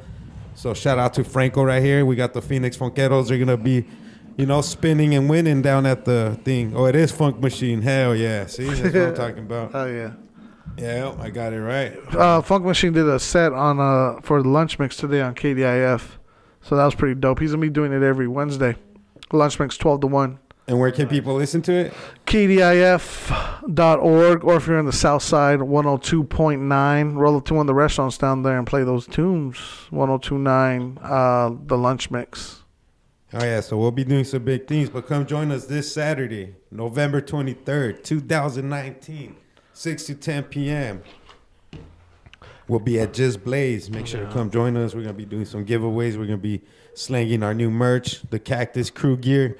So shout out to Franco right here. We got the Phoenix Funkeros. They're gonna be, you know, spinning and winning down at the thing. Oh, it is Funk Machine. Hell yeah! See, that's what I'm talking about.
Oh yeah.
Yeah, I got it right.
uh, Funk Machine did a set on uh for the lunch mix today on KDIF, so that was pretty dope. He's gonna be doing it every Wednesday, lunch mix twelve to one.
And where can people listen to it?
KDIF.org, or if you're in the South Side, 102.9. Roll up to one of the restaurants down there and play those tunes. 102.9, uh, the lunch mix.
Oh yeah, so we'll be doing some big things, but come join us this Saturday, November twenty third, two thousand nineteen, six to ten p.m. We'll be at Just Blaze. Make sure to come join us. We're gonna be doing some giveaways. We're gonna be slanging our new merch, the Cactus Crew gear.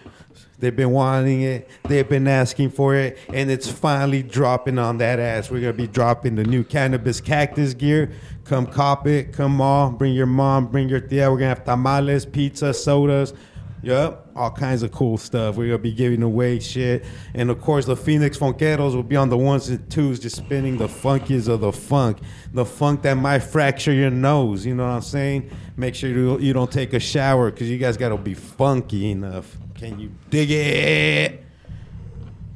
They've been wanting it. They've been asking for it, and it's finally dropping on that ass. We're gonna be dropping the new cannabis cactus gear. Come cop it. Come on. Bring your mom. Bring your tia. We're gonna have tamales, pizza, sodas. Yep, all kinds of cool stuff. We're gonna be giving away shit, and of course, the Phoenix Funkeros will be on the ones and twos, just spinning the funkies of the funk, the funk that might fracture your nose. You know what I'm saying? Make sure you, you don't take a shower because you guys gotta be funky enough. Can you dig it?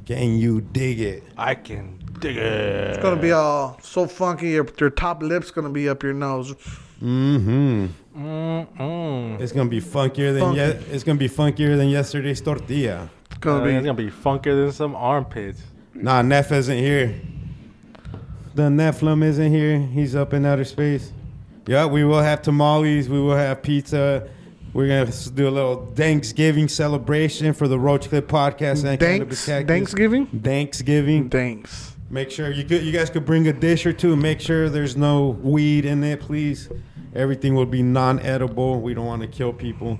Can you dig it?
I can dig it.
It's going to be all so funky, your, your top lip's going to be up your nose.
Mm-hmm.
Mm-mm.
It's gonna be funkier than
Funky.
ye- It's gonna be funkier than yesterday's tortilla.
Uh,
It's going to
it's
be.
gonna be funkier than some armpits.
Nah, Neff isn't here. The Nephilim isn't here. He's up in outer space. Yeah, we will have tamales. We will have pizza. We're gonna s- do a little Thanksgiving celebration for the Roach Clip Podcast and
Thanks.
Cannabis Cactus.
Thanksgiving?
Thanksgiving.
Thanks.
Make sure you could, you guys could bring a dish or two. Make sure there's no weed in it, please. Everything will be non-edible. We don't want to kill people.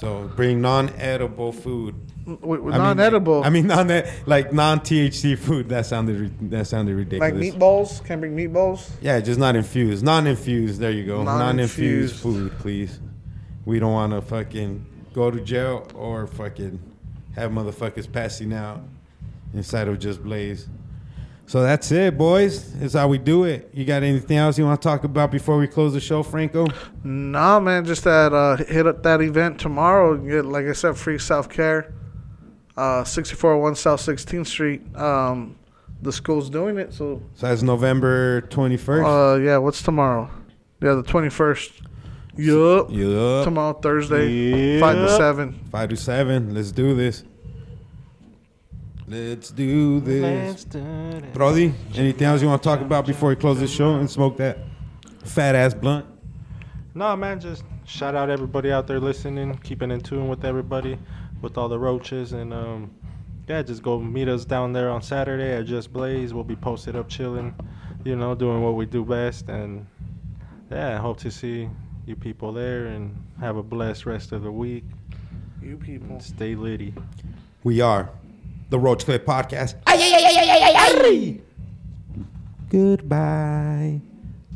So bring non-edible food.
Wait,
I mean, like-
non edible.
I mean, non like non THC food. That sounded ri- that sounded ridiculous.
like meatballs? Can I bring meatballs?
Yeah, just not infused. Non infused. There you go. Non infused
Non-infused.
food, please. We don't want to fucking go to jail or fucking have motherfuckers passing out inside of just blaze. So that's it, boys. That's how we do it. You got anything else you want to talk about before we close the show, Franco?
Nah, man, just that uh, hit up that event tomorrow. You Get like I said, free self care. Uh, sixty four one South Sixteenth Street. Um, the school's doing it, so
So that's November 21st.
uh, yeah. What's tomorrow? Yeah, the twenty first. Yup.
yup.
Tomorrow Thursday, five to
Yup.
seven.
5 to 7. Let's do this. Let's do
Let's
this.
do it.
Brody, anything else you want to talk about before we close this show and smoke that fat ass blunt?
No, man, just shout out everybody out there listening, keeping in tune with everybody, with all the roaches, and um, yeah, just go meet us down there on Saturday at Just Blaze. We'll be posted up chilling, you know, doing what we do best, and yeah, hope to see you people there and have a blessed rest of the week.
You people.
And stay litty.
We are the Roach Clip Podcast.
ay, ay, ay, ay, ay, ay, ay.
Goodbye.